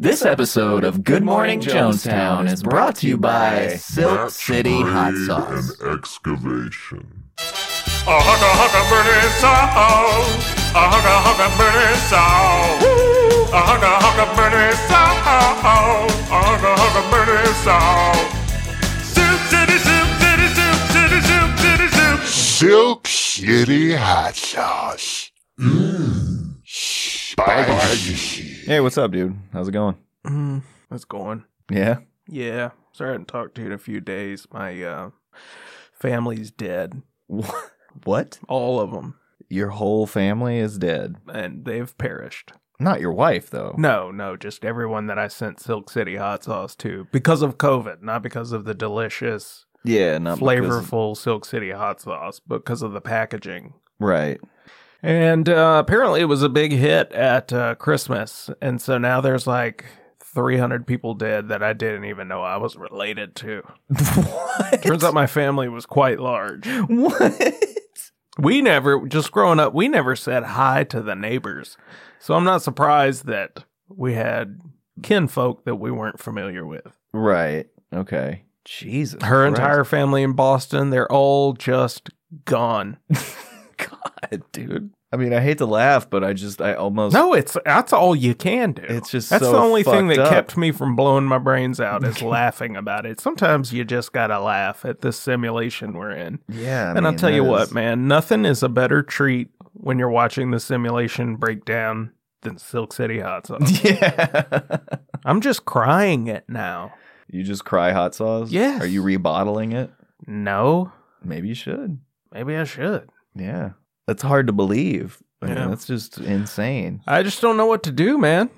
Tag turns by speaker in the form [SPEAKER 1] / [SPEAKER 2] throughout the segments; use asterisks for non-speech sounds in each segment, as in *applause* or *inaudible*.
[SPEAKER 1] This episode of Good Morning Jonestown is brought to you by Silk City Hot Sauce.
[SPEAKER 2] An excavation.
[SPEAKER 3] A hugga hugga birdie song. A hugga hugga birdie song. A hugga hugga birdie song. A hugga hugga birdie song. Soup city, soup city, soup city, soup city, soup.
[SPEAKER 2] Silk City hot sauce. Mm. Spicy.
[SPEAKER 4] Hey, what's up, dude? How's it going?
[SPEAKER 5] Mm, that's going.
[SPEAKER 4] Yeah. *laughs*
[SPEAKER 5] Yeah. Sorry I hadn't talked to you in a few days. My uh, family's dead.
[SPEAKER 4] What?
[SPEAKER 5] All of them.
[SPEAKER 4] Your whole family is dead.
[SPEAKER 5] And they've perished.
[SPEAKER 4] Not your wife, though.
[SPEAKER 5] No, no, just everyone that I sent Silk City hot sauce to because of COVID, not because of the delicious,
[SPEAKER 4] Yeah, not because-
[SPEAKER 5] flavorful Silk City hot sauce, but because of the packaging.
[SPEAKER 4] *laughs* right.
[SPEAKER 5] And uh, apparently it was a big hit at uh, Christmas. And so now there's like 300 people dead that I didn't even know I was related to.
[SPEAKER 4] what?
[SPEAKER 5] Turns *laughs* out my family was quite large.
[SPEAKER 4] what?
[SPEAKER 5] We never, just growing up, we never said hi to the neighbors. So I'm not surprised that we had kinfolk that we weren't familiar with.
[SPEAKER 4] Right. Okay. Jesus.
[SPEAKER 5] Her entire family in Boston, they're all just gone.
[SPEAKER 4] *laughs* God, dude. I mean, I hate to laugh, but I just, I almost.
[SPEAKER 5] No, it's that's all you can do.
[SPEAKER 4] It's just
[SPEAKER 5] that's
[SPEAKER 4] so
[SPEAKER 5] the only thing that
[SPEAKER 4] fucked up.
[SPEAKER 5] kept me from blowing my brains out *laughs* is laughing about it. Sometimes you just gotta laugh at this simulation we're in.
[SPEAKER 4] Yeah. I
[SPEAKER 5] and I'll
[SPEAKER 4] mean,
[SPEAKER 5] tell
[SPEAKER 4] that
[SPEAKER 5] you what,
[SPEAKER 4] is-
[SPEAKER 5] man, nothing is a better treat when you're watching the simulation breakdown than Silk City hot sauce.
[SPEAKER 4] *laughs* Yeah. *laughs*
[SPEAKER 5] I'm just crying it now.
[SPEAKER 4] you just cry hot sauce?
[SPEAKER 5] Yes.
[SPEAKER 4] Are you rebottling it?
[SPEAKER 5] No,
[SPEAKER 4] Maybe you should.
[SPEAKER 5] maybe I should.
[SPEAKER 4] Yeah. That's hard to believe. I mean,
[SPEAKER 5] Yeah.
[SPEAKER 4] that's just insane.
[SPEAKER 5] I just don't know what to do, man.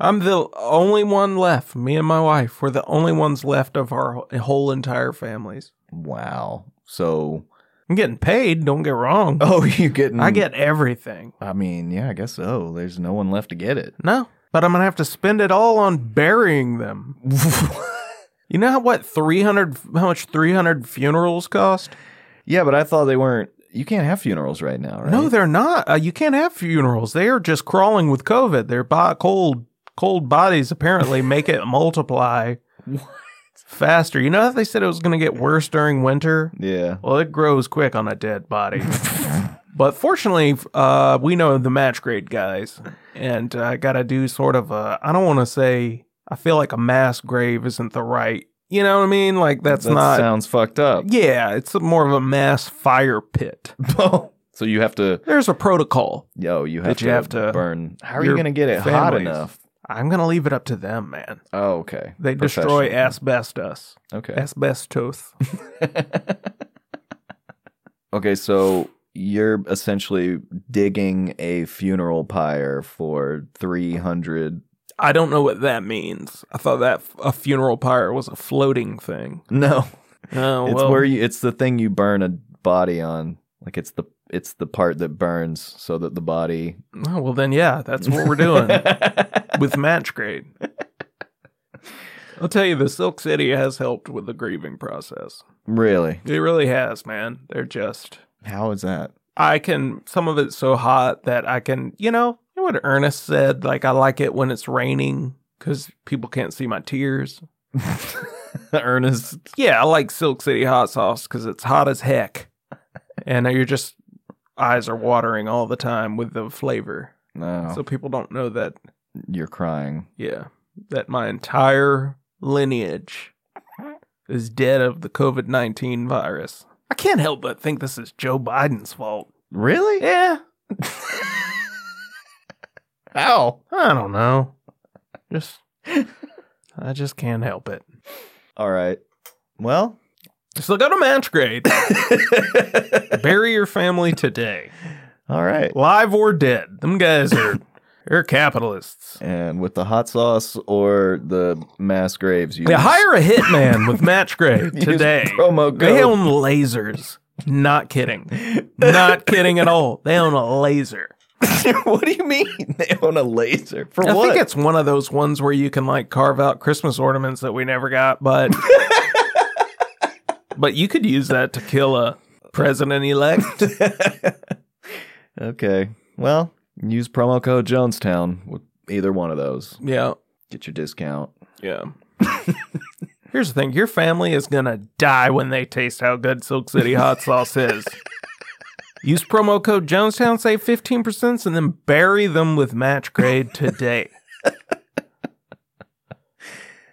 [SPEAKER 5] I'm the only one left. Me and my wife, we're the only ones left of our whole entire families.
[SPEAKER 4] Wow. So,
[SPEAKER 5] I'm getting paid, don't get wrong.
[SPEAKER 4] *laughs* oh, you getting?
[SPEAKER 5] I get everything.
[SPEAKER 4] I mean, yeah, I guess so. There's no one left to get it.
[SPEAKER 5] No, but I'm going to have to spend it all on burying them. *laughs* You know how what 300 how much 300 funerals cost?
[SPEAKER 4] yeah, but I thought they weren't. You can't have funerals right now, right?
[SPEAKER 5] No, they're not. Uh, you can't have funerals. They are just crawling with COVID. Their bo- cold, cold bodies apparently make it
[SPEAKER 4] *laughs*
[SPEAKER 5] multiply faster. You know how they said it was going to get worse during winter?
[SPEAKER 4] yeah.
[SPEAKER 5] Well, it grows quick on a
[SPEAKER 4] *laughs*
[SPEAKER 5] dead body. but fortunately, uh, we know the match grade guys, and I got to do sort of a. I don't want to say. I feel like a mass grave isn't the right. You know what I mean? Like that's
[SPEAKER 4] that
[SPEAKER 5] not.
[SPEAKER 4] sounds fucked *laughs* up.
[SPEAKER 5] yeah, it's more of a mass fire pit.
[SPEAKER 4] so you have to.
[SPEAKER 5] There's a protocol.
[SPEAKER 4] Yo, you have,
[SPEAKER 5] That
[SPEAKER 4] to,
[SPEAKER 5] you have to-
[SPEAKER 4] burn. How are you
[SPEAKER 5] your
[SPEAKER 4] gonna get it hot
[SPEAKER 5] families.
[SPEAKER 4] enough?
[SPEAKER 5] I'm gonna leave it up to them, man.
[SPEAKER 4] Oh, okay.
[SPEAKER 5] They destroy
[SPEAKER 4] Professional.
[SPEAKER 5] asbestos.
[SPEAKER 4] Okay.
[SPEAKER 5] Asbestos. *laughs*
[SPEAKER 4] okay, so you're essentially digging a funeral pyre for three hundred.
[SPEAKER 5] I don't know what that means. I thought that f- a funeral pyre was a floating thing.
[SPEAKER 4] No,
[SPEAKER 5] Oh,
[SPEAKER 4] it's
[SPEAKER 5] well,
[SPEAKER 4] where you. It's the thing you burn a body on. Like it's the it's the part that burns so that the body.
[SPEAKER 5] oh, well, then, yeah, that's what we're doing with match grade. I'll tell you, the Silk City has helped with the grieving process.
[SPEAKER 4] *laughs* really?
[SPEAKER 5] It really has, man. They're just,
[SPEAKER 4] How is
[SPEAKER 5] *laughs*
[SPEAKER 4] that?
[SPEAKER 5] I can, some of it's so hot that I can, you know, you know what Ernest said? Like, I like it when it's raining because people can't see my tears.
[SPEAKER 4] Ernest.
[SPEAKER 5] Yeah, I like Silk City hot sauce because it's hot as heck, and you're just eyes are watering all the time with the flavor.
[SPEAKER 4] No,
[SPEAKER 5] So people don't know that.
[SPEAKER 4] you're crying.
[SPEAKER 5] Yeah, that my entire lineage is dead of the COVID nineteen virus. I can't help but think this is Joe Biden's fault.
[SPEAKER 4] Really?
[SPEAKER 5] Yeah,
[SPEAKER 4] How?
[SPEAKER 5] I don't know. Just, I just can't help it.
[SPEAKER 4] All right. Well.
[SPEAKER 5] So go to match grade. Bury your family today.
[SPEAKER 4] All right.
[SPEAKER 5] live or dead. Them guys are they're capitalists.
[SPEAKER 4] And with the hot sauce or the mass graves, you
[SPEAKER 5] Yeah,
[SPEAKER 4] use
[SPEAKER 5] hire a hitman with match
[SPEAKER 4] *laughs*
[SPEAKER 5] grade
[SPEAKER 4] Use
[SPEAKER 5] today.
[SPEAKER 4] promo
[SPEAKER 5] They
[SPEAKER 4] code. *laughs*
[SPEAKER 5] own lasers. Not kidding. Not kidding at all. They own a laser.
[SPEAKER 4] what do you mean? *laughs* They own a laser for
[SPEAKER 5] I
[SPEAKER 4] what?
[SPEAKER 5] think it's one of those ones where you can like carve out Christmas ornaments that we never got, but but you could use that to kill a president elect.
[SPEAKER 4] okay. Well, use promo code Jonestown with either one of those.
[SPEAKER 5] yeah.
[SPEAKER 4] Get your discount.
[SPEAKER 5] Yeah. Here's the thing your family is going to die when they taste how good Silk City hot sauce is. Use promo code Jonestown, save 15%, and then bury them with match grade today.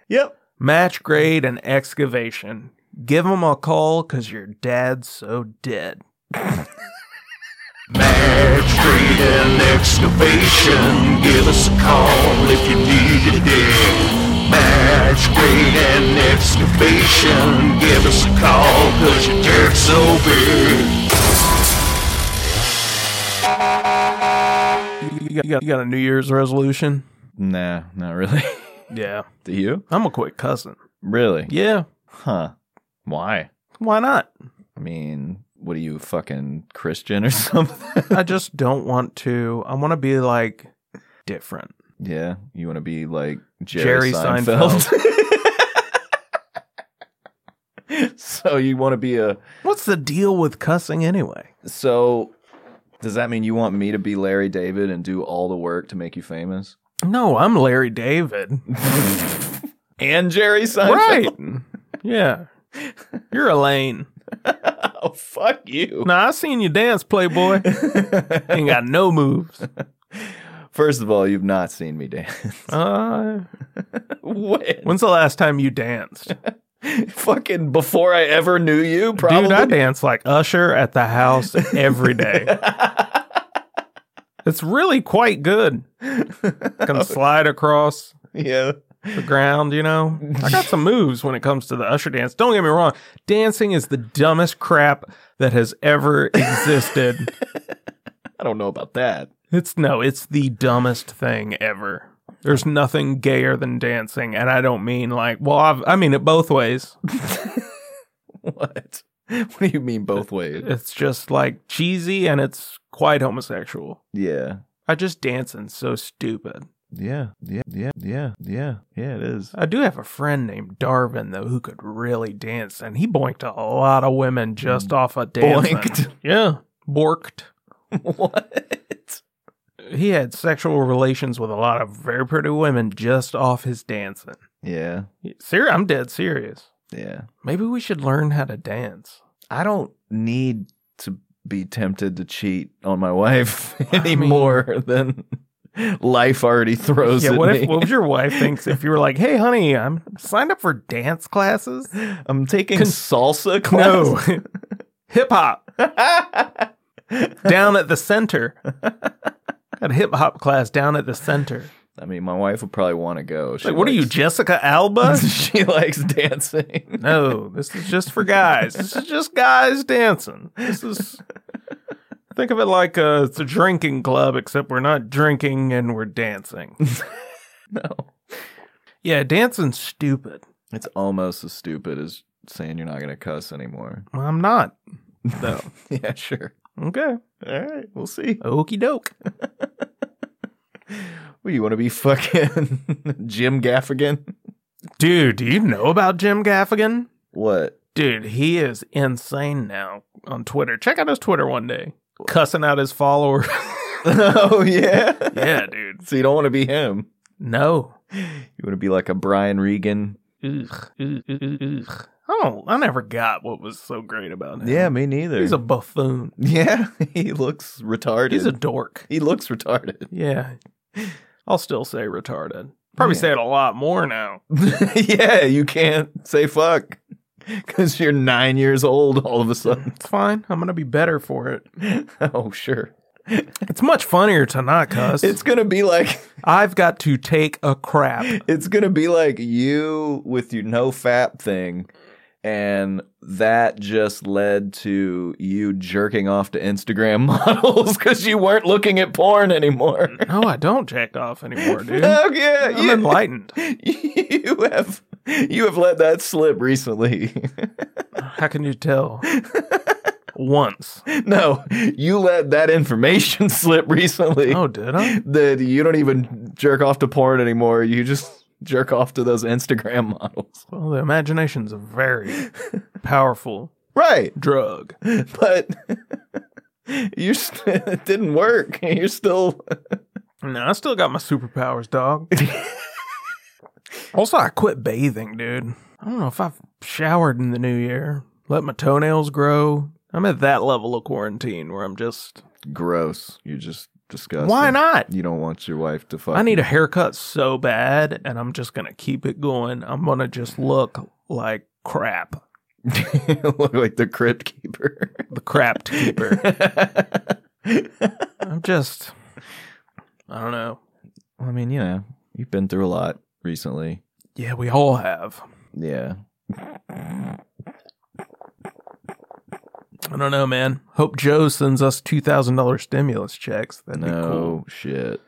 [SPEAKER 4] Yep.
[SPEAKER 5] match grade and excavation. Give them a call because your dad's so dead.
[SPEAKER 2] Match Street and Excavation. Give us a call if you need a dig. Match Street and Excavation. Give us a call cause your dirt's so big.
[SPEAKER 5] You got, you got, you got a New Year's resolution?
[SPEAKER 4] Nah, not really. *laughs*
[SPEAKER 5] Yeah.
[SPEAKER 4] Do you?
[SPEAKER 5] I'm a quick cousin.
[SPEAKER 4] Really?
[SPEAKER 5] Yeah.
[SPEAKER 4] Huh. Why?
[SPEAKER 5] Why not?
[SPEAKER 4] I mean, what are you, fucking Christian or *laughs* something?
[SPEAKER 5] I just don't want to. I want to be like different.
[SPEAKER 4] yeah. You want to be like Jerry,
[SPEAKER 5] Jerry
[SPEAKER 4] Seinfeld? *laughs* so you want to be a.
[SPEAKER 5] What's the deal with cussing anyway?
[SPEAKER 4] So does that mean you want me to be Larry David and do all the work to make you famous?
[SPEAKER 5] No, I'm Larry David.
[SPEAKER 4] And Jerry Seinfeld?
[SPEAKER 5] *laughs* right. Yeah. You're Elaine.
[SPEAKER 4] Oh, fuck you.
[SPEAKER 5] Now, I seen you dance, Playboy. Ain't got no moves.
[SPEAKER 4] *laughs* First of all, you've not seen me dance. *laughs*
[SPEAKER 5] Uh,
[SPEAKER 4] when?
[SPEAKER 5] when's the last time you danced?
[SPEAKER 4] Fucking before I ever knew you, probably.
[SPEAKER 5] Dude, I dance like Usher at the house every *laughs* day. it's really quite good. *laughs* Can slide across
[SPEAKER 4] yeah.
[SPEAKER 5] the ground, you know? I got some moves when it comes to the Usher dance. Don't get me wrong. Dancing is the dumbest crap that has ever existed.
[SPEAKER 4] I don't know about that. *laughs*
[SPEAKER 5] it's no, it's the dumbest thing ever. There's nothing gayer than dancing, and I don't mean like, well, I've, I mean it both ways.
[SPEAKER 4] What? What do you mean both ways?
[SPEAKER 5] It's just like cheesy and it's quite homosexual.
[SPEAKER 4] Yeah.
[SPEAKER 5] I just dancing so stupid.
[SPEAKER 4] Yeah. Yeah. Yeah. Yeah. Yeah. Yeah, it is.
[SPEAKER 5] I do have a friend named Darvin though who could really dance, and he boinked a lot of women just off of dancing.
[SPEAKER 4] *laughs* Boinked?
[SPEAKER 5] yeah, borked.
[SPEAKER 4] what?
[SPEAKER 5] He had sexual relations with a lot of very pretty women just off his dancing.
[SPEAKER 4] Yeah.
[SPEAKER 5] Ser- I'm dead serious.
[SPEAKER 4] Yeah.
[SPEAKER 5] Maybe we should learn how to dance.
[SPEAKER 4] I don't need to be tempted to cheat on my wife *laughs* any more than life already throws
[SPEAKER 5] yeah,
[SPEAKER 4] at
[SPEAKER 5] what
[SPEAKER 4] me. *laughs*
[SPEAKER 5] if what if your wife thinks if you were like, "Hey, honey, I'm signed up for dance classes"?
[SPEAKER 4] I'm taking salsa
[SPEAKER 5] No,
[SPEAKER 4] class.
[SPEAKER 5] *laughs* hip
[SPEAKER 4] *laughs*
[SPEAKER 5] hop down at the center. Got a hip hop class down at the center.
[SPEAKER 4] I mean, my wife would probably want to go. She
[SPEAKER 5] Like, what are you,
[SPEAKER 4] likes- *laughs*
[SPEAKER 5] Jessica Alba?
[SPEAKER 4] she likes *laughs* dancing.
[SPEAKER 5] no, this is just for guys. This is just guys dancing. This is. Think of it like a, it's a drinking club, except we're not drinking and we're *laughs* dancing.
[SPEAKER 4] No.
[SPEAKER 5] Yeah, dancing's stupid.
[SPEAKER 4] It's almost as stupid as saying you're not going to cuss anymore.
[SPEAKER 5] Well, I'm not.
[SPEAKER 4] No. *laughs* yeah, sure.
[SPEAKER 5] Okay.
[SPEAKER 4] All right, we'll see.
[SPEAKER 5] Okey doke.
[SPEAKER 4] Well, you want to be fucking *laughs* Jim Gaffigan?
[SPEAKER 5] Dude, do you know about Jim Gaffigan?
[SPEAKER 4] What?
[SPEAKER 5] Dude, he is insane now on Twitter. Check out his Twitter one day. Cussing out his followers.
[SPEAKER 4] *laughs*
[SPEAKER 5] *laughs*
[SPEAKER 4] oh, yeah.
[SPEAKER 5] yeah,
[SPEAKER 4] *laughs*
[SPEAKER 5] dude.
[SPEAKER 4] So you don't want to be him.
[SPEAKER 5] No.
[SPEAKER 4] You want to be like a Brian Regan.
[SPEAKER 5] Ugh, ugh, ugh, ugh, ugh. Oh, I never got what was so great about him.
[SPEAKER 4] Yeah, me neither.
[SPEAKER 5] he's a buffoon.
[SPEAKER 4] *laughs* yeah, he looks retarded.
[SPEAKER 5] He's a dork.
[SPEAKER 4] he looks retarded. *laughs*
[SPEAKER 5] Yeah, I'll still say retarded. Probably say it a lot more now.
[SPEAKER 4] yeah, you can't say fuck *laughs* because you're nine years old all of a sudden. *laughs*
[SPEAKER 5] It's fine. I'm gonna be better for it.
[SPEAKER 4] oh, sure.
[SPEAKER 5] It's much funnier to not cuss.
[SPEAKER 4] It's gonna be like
[SPEAKER 5] I've got to take
[SPEAKER 4] *laughs*
[SPEAKER 5] a crap.
[SPEAKER 4] it's gonna be like you with your no fap thing, and that just led to you jerking off to Instagram *laughs* models because you weren't looking at porn anymore. *laughs*
[SPEAKER 5] No, I don't jack off anymore, dude.
[SPEAKER 4] Fuck *laughs* yeah,
[SPEAKER 5] Mm-hmm. I'm
[SPEAKER 4] you,
[SPEAKER 5] enlightened.
[SPEAKER 4] *laughs* you have you have let that slip recently. *laughs*
[SPEAKER 5] How can you tell? Once.
[SPEAKER 4] no, you let that information *laughs* slip recently.
[SPEAKER 5] Oh, did I?
[SPEAKER 4] that you don't even jerk off to porn anymore. You just jerk off to those Instagram *laughs* models.
[SPEAKER 5] Well, the imagination's
[SPEAKER 4] *laughs*
[SPEAKER 5] a very powerful
[SPEAKER 4] Right.
[SPEAKER 5] drug.
[SPEAKER 4] *laughs* But you st- it didn't *laughs* work. You're still
[SPEAKER 5] *laughs* No, I still got my superpowers, dog. Also, I quit bathing, dude. I don't know if I've showered in the new year. Let my toenails grow. I'm at that level of quarantine where I'm just.
[SPEAKER 4] Gross. You're just disgusting.
[SPEAKER 5] Why not?
[SPEAKER 4] You don't want your wife to fuck.
[SPEAKER 5] I need a haircut so bad, and I'm just gonna keep it going. I'm gonna just look like crap,
[SPEAKER 4] *laughs* you. look like the crypt keeper.
[SPEAKER 5] the *laughs* crap keeper.
[SPEAKER 4] *laughs*
[SPEAKER 5] I'm just. I don't know.
[SPEAKER 4] I mean, you know, you've been through a lot recently.
[SPEAKER 5] Yeah, we all have.
[SPEAKER 4] Yeah.
[SPEAKER 5] I don't know, man. Hope Joe sends us two thousand dollar stimulus checks. That'd be
[SPEAKER 4] no
[SPEAKER 5] cool.
[SPEAKER 4] shit.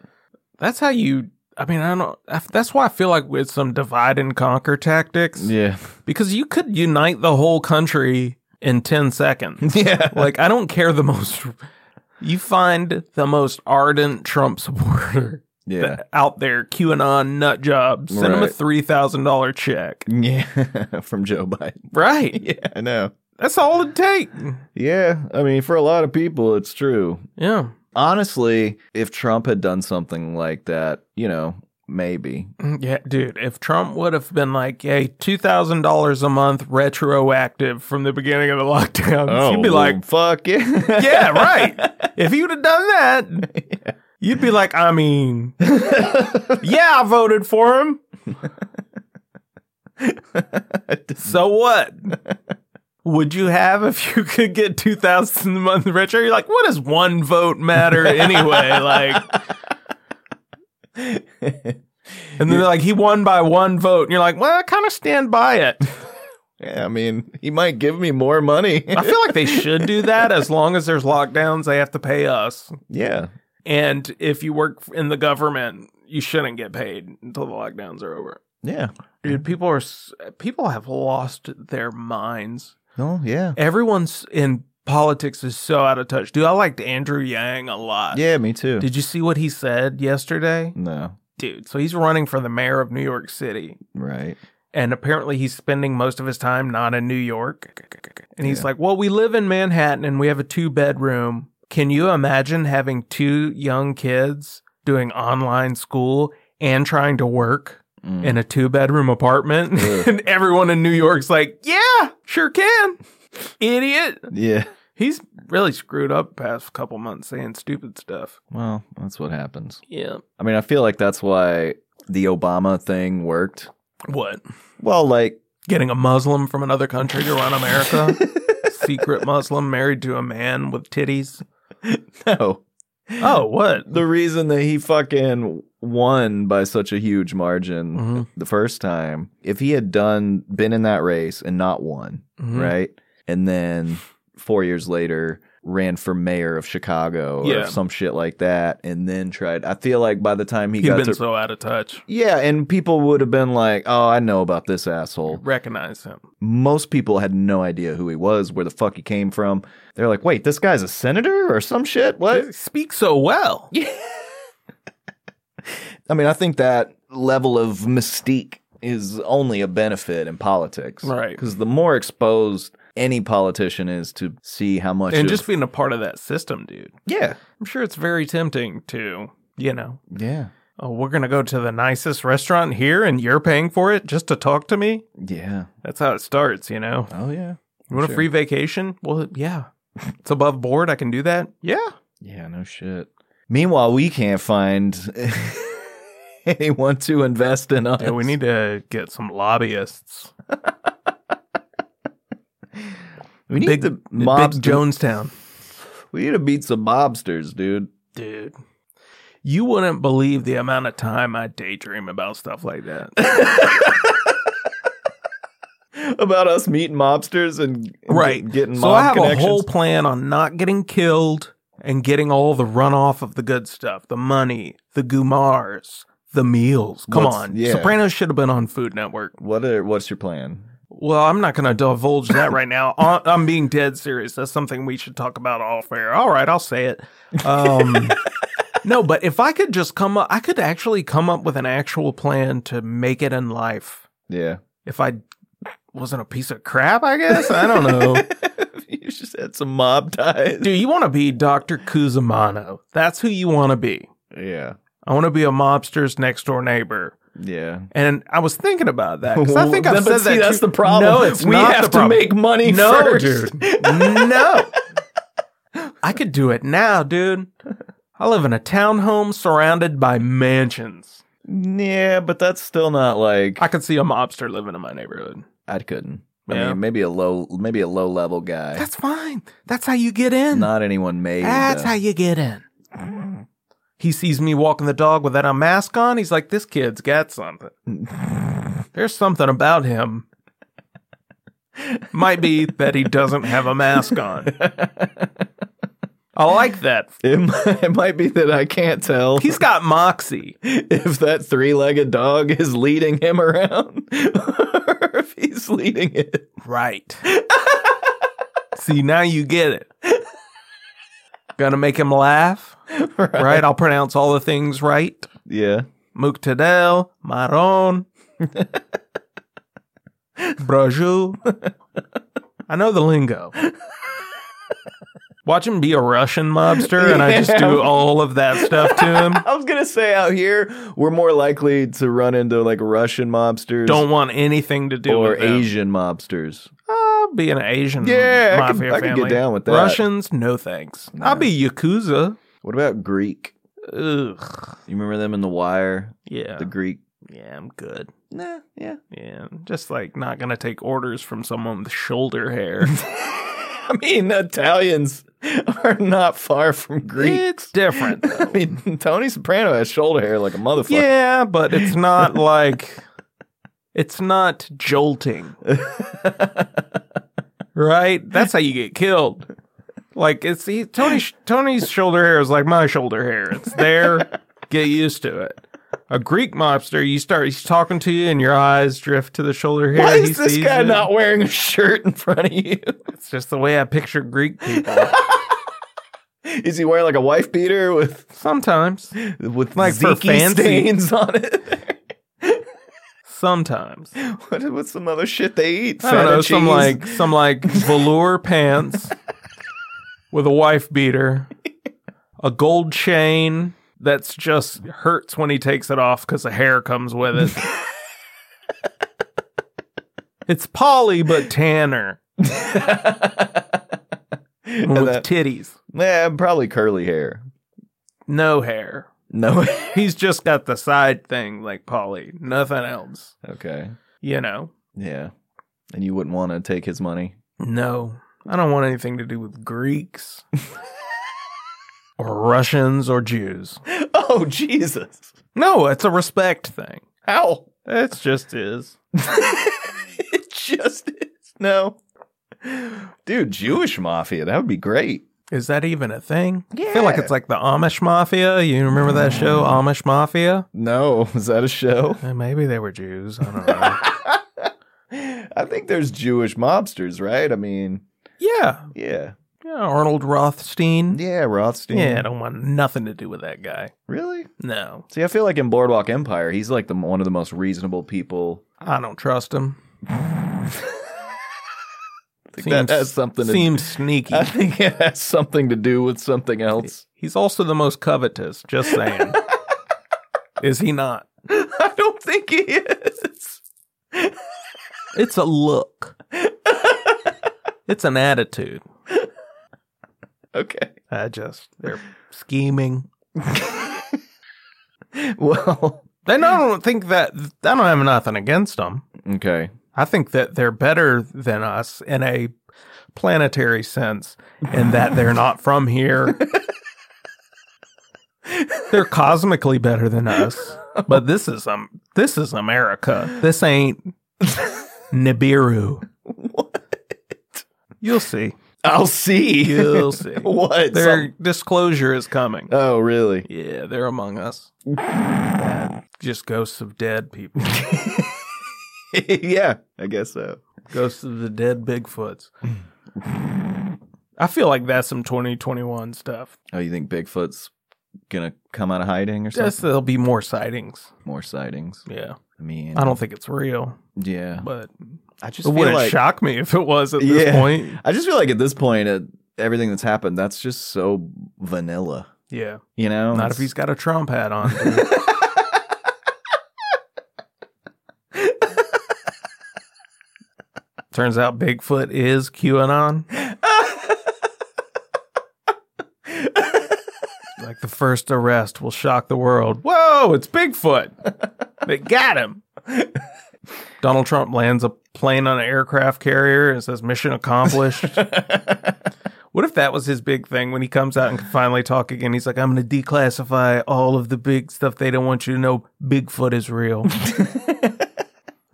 [SPEAKER 5] That's how you. I mean, I don't. I- That's why I feel like with some divide and conquer tactics,
[SPEAKER 4] Yeah. *laughs*
[SPEAKER 5] because you could unite the whole country in ten seconds.
[SPEAKER 4] *laughs* Yeah.
[SPEAKER 5] like I don't care the most. You find the most ardent Trump supporter
[SPEAKER 4] Yeah.
[SPEAKER 5] out there, QAnon nut job, send him a
[SPEAKER 4] Right.
[SPEAKER 5] three thousand
[SPEAKER 4] *laughs*
[SPEAKER 5] dollar check.
[SPEAKER 4] Yeah. From Joe Biden.
[SPEAKER 5] Right.
[SPEAKER 4] Yeah, I know.
[SPEAKER 5] That's all it take.
[SPEAKER 4] Yeah. I mean, for a lot of people, it's true.
[SPEAKER 5] Yeah.
[SPEAKER 4] Honestly, if Trump had done something like that, you know,
[SPEAKER 5] *laughs*
[SPEAKER 4] maybe.
[SPEAKER 5] Mm, Yeah, dude, if Trump would have been like, hey, $2,000 a month retroactive from the beginning of the lockdown,
[SPEAKER 4] Oh,
[SPEAKER 5] you'd be like,
[SPEAKER 4] fuck it.
[SPEAKER 5] Oh. *laughs* yeah, right. if you'd have done that, you'd be like, I mean, yeah, I voted for him. so what? Would you have if you could get 2000 a month retro? You're like, what does one vote matter anyway? Like, and then they're like, he won by one vote. And you're like, well, I kind of stand by it.
[SPEAKER 4] yeah, I mean, he might give me more money.
[SPEAKER 5] *laughs* I feel like they should do that as long as there's lockdowns, they have to pay us.
[SPEAKER 4] yeah.
[SPEAKER 5] And if you work in the government, you shouldn't get paid until the lockdowns are over.
[SPEAKER 4] Yeah.
[SPEAKER 5] Dude, people are s- people have lost their minds.
[SPEAKER 4] Oh, yeah.
[SPEAKER 5] Everyone's in politics is so out of touch. Dude, I liked Andrew Yang a lot.
[SPEAKER 4] Yeah, me too.
[SPEAKER 5] Did you see what he said yesterday?
[SPEAKER 4] no.
[SPEAKER 5] Dude, so he's running for the mayor of New York City. *laughs*
[SPEAKER 4] Right.
[SPEAKER 5] and apparently he's spending most of his time not in New York. And he's
[SPEAKER 4] Yeah.
[SPEAKER 5] like, "Well, we live in Manhattan and we have a two bedroom. Can you imagine having two young kids doing online school and trying to work
[SPEAKER 4] Mm.
[SPEAKER 5] in a two bedroom apartment?"
[SPEAKER 4] Ugh.
[SPEAKER 5] *laughs* and everyone in New York's like, "Yeah, sure can." Idiot.
[SPEAKER 4] yeah.
[SPEAKER 5] He's really screwed up past couple months saying stupid stuff.
[SPEAKER 4] Well, that's what happens.
[SPEAKER 5] Yeah.
[SPEAKER 4] I mean, I feel like that's why the Obama thing worked.
[SPEAKER 5] What?
[SPEAKER 4] Well,
[SPEAKER 5] *laughs*
[SPEAKER 4] like, *laughs*
[SPEAKER 5] Getting a Muslim from another country to run America? Secret Muslim married to a man with titties?
[SPEAKER 4] no.
[SPEAKER 5] Oh, what?
[SPEAKER 4] The reason that he fucking won by such a huge margin
[SPEAKER 5] Mhm.
[SPEAKER 4] the first time, if he had done been in that race and not won,
[SPEAKER 5] Mhm.
[SPEAKER 4] right? And then four years later ran for mayor of Chicago or
[SPEAKER 5] Yeah.
[SPEAKER 4] some shit like that, and then tried. I feel like by the time he
[SPEAKER 5] He'd
[SPEAKER 4] got
[SPEAKER 5] been
[SPEAKER 4] to
[SPEAKER 5] so out of touch.
[SPEAKER 4] yeah, and people would have been like, "Oh, I know about this asshole."
[SPEAKER 5] Recognize him.
[SPEAKER 4] Most people had no idea who he was, where the fuck he came from. They're like, "Wait, this guy's a senator or some shit?" What?
[SPEAKER 5] He speaks so well.
[SPEAKER 4] I mean, I think that level of mystique is only a benefit in politics.
[SPEAKER 5] Right.
[SPEAKER 4] Because the more exposed any politician is to see how much.
[SPEAKER 5] And
[SPEAKER 4] of-
[SPEAKER 5] just being a part of that system, dude.
[SPEAKER 4] Yeah.
[SPEAKER 5] I'm sure it's very tempting to, you know,
[SPEAKER 4] Yeah.
[SPEAKER 5] oh, we're going to go to the nicest restaurant here and you're paying for it just to talk to me.
[SPEAKER 4] Yeah.
[SPEAKER 5] That's how it starts, you know.
[SPEAKER 4] Oh, yeah.
[SPEAKER 5] You want
[SPEAKER 4] Sure.
[SPEAKER 5] a free vacation? Well, yeah. *laughs* It's above board. I can do that. Yeah.
[SPEAKER 4] Yeah, no shit. Meanwhile, we can't find *laughs* anyone to invest in us.
[SPEAKER 5] Yeah, we need to get some lobbyists.
[SPEAKER 4] we need
[SPEAKER 5] big-
[SPEAKER 4] the mobs.
[SPEAKER 5] Big Jonestown.
[SPEAKER 4] we need to beat some mobsters, dude.
[SPEAKER 5] Dude. You wouldn't believe the amount of time I daydream about stuff
[SPEAKER 4] *laughs*
[SPEAKER 5] like that.
[SPEAKER 4] About us meeting mobsters and
[SPEAKER 5] Right.
[SPEAKER 4] get- getting
[SPEAKER 5] So
[SPEAKER 4] mob
[SPEAKER 5] I have a
[SPEAKER 4] connections.
[SPEAKER 5] whole plan on not getting killed and getting all the runoff of the good stuff, the money, the gumars, the meals. Come
[SPEAKER 4] What's-
[SPEAKER 5] on.
[SPEAKER 4] yeah.
[SPEAKER 5] Sopranos should have been on Food Network.
[SPEAKER 4] What are, what's your plan?
[SPEAKER 5] Well, I'm not going to divulge that right now. *laughs* I- I'm being dead serious. That's something we should talk about off air. All right, I'll say it.
[SPEAKER 4] *laughs*
[SPEAKER 5] Um, no, but if I could just come up, I could actually come up with an actual plan to make it in life.
[SPEAKER 4] Yeah.
[SPEAKER 5] If I wasn't a piece of crap, I guess. I don't know.
[SPEAKER 4] *laughs* you just had some mob ties.
[SPEAKER 5] Dude, you want to be Dr. Cusimano. That's who you want to be.
[SPEAKER 4] Yeah.
[SPEAKER 5] I want to be a mobster's next door neighbor
[SPEAKER 4] Yeah.
[SPEAKER 5] And I was thinking about that because I think
[SPEAKER 4] *laughs*
[SPEAKER 5] I've said
[SPEAKER 4] but
[SPEAKER 5] that.
[SPEAKER 4] see, that's
[SPEAKER 5] too-
[SPEAKER 4] the problem.
[SPEAKER 5] No, it's
[SPEAKER 4] we
[SPEAKER 5] not
[SPEAKER 4] have
[SPEAKER 5] the problem.
[SPEAKER 4] to make money
[SPEAKER 5] no,
[SPEAKER 4] first.
[SPEAKER 5] dude. *laughs* No. I could do it now, dude. I live in a townhome surrounded by mansions.
[SPEAKER 4] *laughs* Yeah, but that's still not like
[SPEAKER 5] I could see a mobster living in my neighborhood.
[SPEAKER 4] I couldn't. I
[SPEAKER 5] Yeah.
[SPEAKER 4] mean, maybe a low, maybe a low level guy.
[SPEAKER 5] That's fine. That's how you get in.
[SPEAKER 4] Not anyone made.
[SPEAKER 5] That's
[SPEAKER 4] uh,
[SPEAKER 5] how you get in. He sees me walking the dog without a mask on. He's like, this kid's got *laughs* something. There's something about him. Might be that he doesn't have a mask on. I like that.
[SPEAKER 4] it, *laughs* might, it might be that I can't tell
[SPEAKER 5] He's got moxie.
[SPEAKER 4] if that three legged dog is leading him around *laughs* or if he's leading it.
[SPEAKER 5] Right. *laughs* See, now you get it. Gonna make him laugh,
[SPEAKER 4] Right.
[SPEAKER 5] *laughs* right? I'll pronounce all the things right.
[SPEAKER 4] Yeah.
[SPEAKER 5] Muktadel, Maron, Brajou. I know the lingo. Watch him be a Russian mobster, and I just do
[SPEAKER 4] Yeah.
[SPEAKER 5] all of that stuff to
[SPEAKER 4] *laughs*
[SPEAKER 5] him.
[SPEAKER 4] I was going to say out here, we're more likely to run into like Russian mobsters
[SPEAKER 5] Don't want anything to do
[SPEAKER 4] or
[SPEAKER 5] with them.
[SPEAKER 4] Asian mobsters.
[SPEAKER 5] I'll be an Asian
[SPEAKER 4] Yeah, I could-
[SPEAKER 5] mafia
[SPEAKER 4] I could get
[SPEAKER 5] family.
[SPEAKER 4] down with that.
[SPEAKER 5] Russians, no thanks. I'll be Yakuza.
[SPEAKER 4] What about Greek?
[SPEAKER 5] Ugh.
[SPEAKER 4] You remember them in The Wire?
[SPEAKER 5] Yeah.
[SPEAKER 4] The Greek.
[SPEAKER 5] yeah, I'm good.
[SPEAKER 4] Nah, yeah.
[SPEAKER 5] Yeah. Just like not gonna take orders from someone with shoulder hair.
[SPEAKER 4] *laughs* I mean, Italians are not far from Greek.
[SPEAKER 5] it's different.
[SPEAKER 4] *laughs* I mean, Tony Soprano has shoulder hair like a motherfucker.
[SPEAKER 5] Yeah, but
[SPEAKER 4] *laughs*
[SPEAKER 5] it's not like it's not jolting. right? That's how you get killed. Like it's he, Tony Tony's shoulder hair is like my shoulder hair. It's there. get used to it. A Greek mobster, you start he's talking to you and your eyes drift to the shoulder hair.
[SPEAKER 4] Why
[SPEAKER 5] he
[SPEAKER 4] is this
[SPEAKER 5] sees
[SPEAKER 4] guy
[SPEAKER 5] it.
[SPEAKER 4] not wearing a shirt in front of you?
[SPEAKER 5] It's just the way I picture Greek people.
[SPEAKER 4] *laughs* Is he wearing like a wife beater with
[SPEAKER 5] Sometimes.
[SPEAKER 4] with
[SPEAKER 5] Like
[SPEAKER 4] like
[SPEAKER 5] for
[SPEAKER 4] Ziki
[SPEAKER 5] fancy.
[SPEAKER 4] stains on it? *laughs*
[SPEAKER 5] Sometimes.
[SPEAKER 4] what, what's some other shit they eat?
[SPEAKER 5] I don't
[SPEAKER 4] Feta
[SPEAKER 5] know, some
[SPEAKER 4] cheese?
[SPEAKER 5] like some like velour pants with a wife beater, a gold chain that's just hurts when he takes it off because the hair comes with it.
[SPEAKER 4] *laughs*
[SPEAKER 5] it's Polly but Tanner
[SPEAKER 4] *laughs* And
[SPEAKER 5] with
[SPEAKER 4] that-
[SPEAKER 5] titties,
[SPEAKER 4] yeah, probably curly hair.
[SPEAKER 5] no hair.
[SPEAKER 4] No.
[SPEAKER 5] He's just got the side thing like Polly, nothing else.
[SPEAKER 4] *laughs* okay.
[SPEAKER 5] You know,
[SPEAKER 4] Yeah. And you wouldn't want to take his money.
[SPEAKER 5] no, I don't want anything to do
[SPEAKER 4] *laughs*
[SPEAKER 5] with Greeks. Or Russians or Jews.
[SPEAKER 4] *laughs* Oh Jesus!
[SPEAKER 5] No, it's a respect thing.
[SPEAKER 4] How?
[SPEAKER 5] It's just is.
[SPEAKER 4] Oh. *laughs* it just is. No. Dude, Jewish mafia. That would be great.
[SPEAKER 5] Is that even a thing? I feel like it's like the Amish Mafia. You remember that show, Amish Mafia?
[SPEAKER 4] No, *laughs* is that a show?
[SPEAKER 5] Eh, Maybe they were Jews. I don't
[SPEAKER 4] *laughs*
[SPEAKER 5] know.
[SPEAKER 4] I think there's Jewish mobsters, right? I mean,
[SPEAKER 5] yeah.
[SPEAKER 4] yeah.
[SPEAKER 5] yeah. Arnold Rothstein.
[SPEAKER 4] Yeah, Rothstein.
[SPEAKER 5] Yeah, I don't want nothing to do with that guy.
[SPEAKER 4] Really?
[SPEAKER 5] No,
[SPEAKER 4] See, I feel like in Boardwalk Empire, he's like the one of the most reasonable people.
[SPEAKER 5] I don't trust him.
[SPEAKER 4] I think *laughs* that has something to Uh,
[SPEAKER 5] seems sneaky.
[SPEAKER 4] I think it *laughs* has something to do with something else.
[SPEAKER 5] He's also the most covetous,
[SPEAKER 4] *laughs*
[SPEAKER 5] just saying. is he not?
[SPEAKER 4] I don't think he is.
[SPEAKER 5] It's a look. it's an attitude.
[SPEAKER 4] *laughs* Okay.
[SPEAKER 5] I just they're scheming.
[SPEAKER 4] *laughs* Well,
[SPEAKER 5] Then I don't think that I don't have nothing against them.
[SPEAKER 4] okay.
[SPEAKER 5] I think that they're better than us in a planetary sense, in that they're not from here.
[SPEAKER 4] *laughs*
[SPEAKER 5] they're cosmically better than us, but this is um this is America. This ain't Nibiru. What? You'll see.
[SPEAKER 4] I'll see.
[SPEAKER 5] You'll see.
[SPEAKER 4] Oh, what?
[SPEAKER 5] Their disclosure is coming.
[SPEAKER 4] Oh, really?
[SPEAKER 5] Yeah, they're among us. Just ghosts of dead people.
[SPEAKER 4] *laughs* yeah, I guess so.
[SPEAKER 5] Ghosts of the dead Bigfoots. I feel like that's some 2021 stuff.
[SPEAKER 4] Oh, you think Bigfoot's gonna come out of hiding or something?
[SPEAKER 5] Just there'll be more sightings.
[SPEAKER 4] More sightings.
[SPEAKER 5] Yeah.
[SPEAKER 4] I mean,
[SPEAKER 5] I don't think it's real,
[SPEAKER 4] Yeah,
[SPEAKER 5] but
[SPEAKER 4] I just
[SPEAKER 5] it
[SPEAKER 4] feel
[SPEAKER 5] wouldn't
[SPEAKER 4] like
[SPEAKER 5] shock me if it was at this
[SPEAKER 4] Yeah. *laughs*
[SPEAKER 5] point.
[SPEAKER 4] I just feel like at this point, uh, everything that's happened, that's just so vanilla.
[SPEAKER 5] Yeah.
[SPEAKER 4] You know,
[SPEAKER 5] Not if
[SPEAKER 4] It's-
[SPEAKER 5] he's got a Trump hat on. Turns out Bigfoot is QAnon. like the first arrest will shock the world. Whoa, it's Bigfoot. they got him. Donald Trump lands a plane on an aircraft carrier and says, Mission accomplished. what if that was his big thing when he comes out and can finally talk again? He's like, I'm going to declassify all of the big stuff they don't want you to know. Bigfoot
[SPEAKER 4] *laughs*
[SPEAKER 5] is real.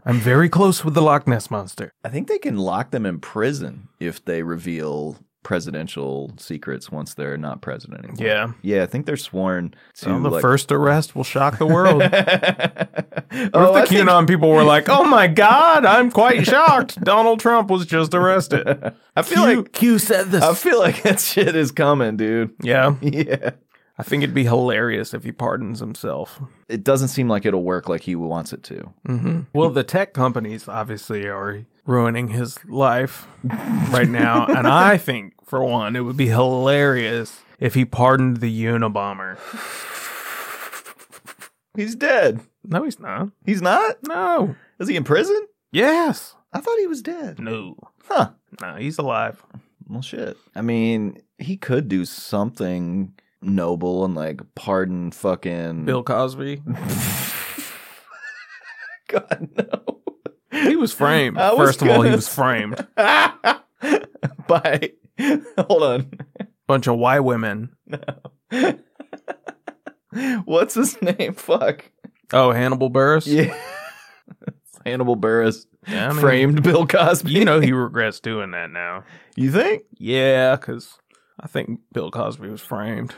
[SPEAKER 5] I'm very close with the Loch Ness Monster.
[SPEAKER 4] I think they can lock them in prison if they reveal presidential secrets once they're not president anymore.
[SPEAKER 5] Yeah.
[SPEAKER 4] Yeah, I think they're sworn to
[SPEAKER 5] Well, the
[SPEAKER 4] like-
[SPEAKER 5] first arrest will shock the
[SPEAKER 4] *laughs*
[SPEAKER 5] world.
[SPEAKER 4] oh,
[SPEAKER 5] what
[SPEAKER 4] I
[SPEAKER 5] if the
[SPEAKER 4] think-
[SPEAKER 5] QAnon people were like, oh my God,
[SPEAKER 4] *laughs*
[SPEAKER 5] I'm quite shocked. Donald Trump was just arrested.
[SPEAKER 4] I feel like
[SPEAKER 5] Q said this.
[SPEAKER 4] I feel like *laughs* that shit is coming, dude.
[SPEAKER 5] yeah.
[SPEAKER 4] *laughs* Yeah.
[SPEAKER 5] I think it'd be hilarious if he pardons himself.
[SPEAKER 4] It doesn't seem like it'll work like he wants it to.
[SPEAKER 5] Well, the tech companies obviously are ruining his life
[SPEAKER 4] *laughs*
[SPEAKER 5] right now. and I think, for one, it would be hilarious if he pardoned the Unabomber.
[SPEAKER 4] He's dead.
[SPEAKER 5] No, he's not.
[SPEAKER 4] He's not?
[SPEAKER 5] No.
[SPEAKER 4] Is he in prison?
[SPEAKER 5] Yes.
[SPEAKER 4] I thought he was dead.
[SPEAKER 5] No.
[SPEAKER 4] Huh.
[SPEAKER 5] No, he's alive.
[SPEAKER 4] Well, shit. I mean, he could do something noble and like pardon fucking
[SPEAKER 5] Bill Cosby.
[SPEAKER 4] *laughs* God no. *laughs*
[SPEAKER 5] He was framed.
[SPEAKER 4] I was
[SPEAKER 5] First of all, he
[SPEAKER 4] gonna
[SPEAKER 5] was framed.
[SPEAKER 4] Bye. Hold on.
[SPEAKER 5] Bunch of white women.
[SPEAKER 4] What's his name? Fuck.
[SPEAKER 5] Oh, Hannibal Burris.
[SPEAKER 4] Yeah. *laughs* Hannibal Burris
[SPEAKER 5] Yeah, I mean,
[SPEAKER 4] framed Bill Cosby.
[SPEAKER 5] You know he regrets doing that now.
[SPEAKER 4] you think?
[SPEAKER 5] Yeah, because I think Bill Cosby was framed.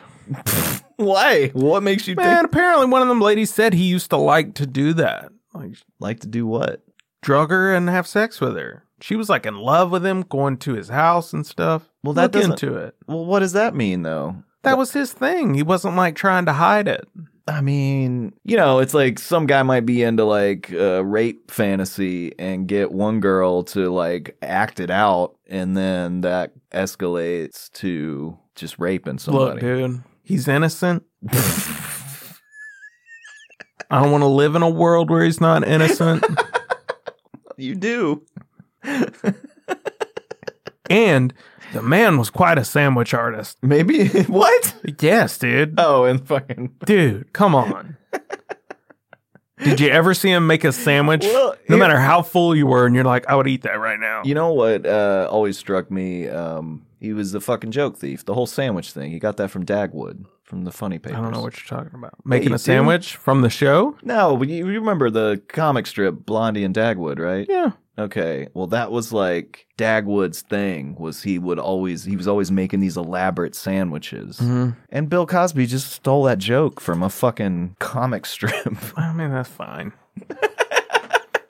[SPEAKER 4] Why? What makes you
[SPEAKER 5] Man,
[SPEAKER 4] think?
[SPEAKER 5] apparently one of them ladies said he used to like to do that. Like
[SPEAKER 4] Like to do what?
[SPEAKER 5] drug her and have sex with her. She was like in love with him, going to his house and stuff.
[SPEAKER 4] Well, that
[SPEAKER 5] Look
[SPEAKER 4] doesn't-
[SPEAKER 5] into it.
[SPEAKER 4] Well, what does that mean though?
[SPEAKER 5] That was his thing. He wasn't like trying to hide it.
[SPEAKER 4] I mean, you know, it's like some guy might be into like uh, rape fantasy and get one girl to like act it out, and then that escalates to just raping
[SPEAKER 5] Look,
[SPEAKER 4] somebody.
[SPEAKER 5] dude, he's innocent. *laughs* I don't want to live in a world where he's not
[SPEAKER 4] *laughs*
[SPEAKER 5] innocent.
[SPEAKER 4] you do.
[SPEAKER 5] and the man was quite a sandwich artist.
[SPEAKER 4] Maybe *laughs* what?
[SPEAKER 5] Yes, dude.
[SPEAKER 4] Oh, and fucking.
[SPEAKER 5] Dude, come on. Did you ever see him make a sandwich?
[SPEAKER 4] Well,
[SPEAKER 5] no
[SPEAKER 4] here-
[SPEAKER 5] matter how full you were, and you're like, I would eat that right now.
[SPEAKER 4] You know what uh, always struck me? Um, he was the fucking joke thief. The whole sandwich thing. He got that from Dagwood from the funny papers.
[SPEAKER 5] I don't know what you're talking about. Making
[SPEAKER 4] you
[SPEAKER 5] a
[SPEAKER 4] do?
[SPEAKER 5] sandwich from the show?
[SPEAKER 4] No, but you you remember the comic strip Blondie and Dagwood, right?
[SPEAKER 5] Yeah.
[SPEAKER 4] Okay. Well, that was like Dagwood's thing was he would always he was always making these elaborate sandwiches.
[SPEAKER 5] Mm-hmm.
[SPEAKER 4] And Bill Cosby just stole that joke from a fucking comic strip. *laughs*
[SPEAKER 5] I mean, that's fine.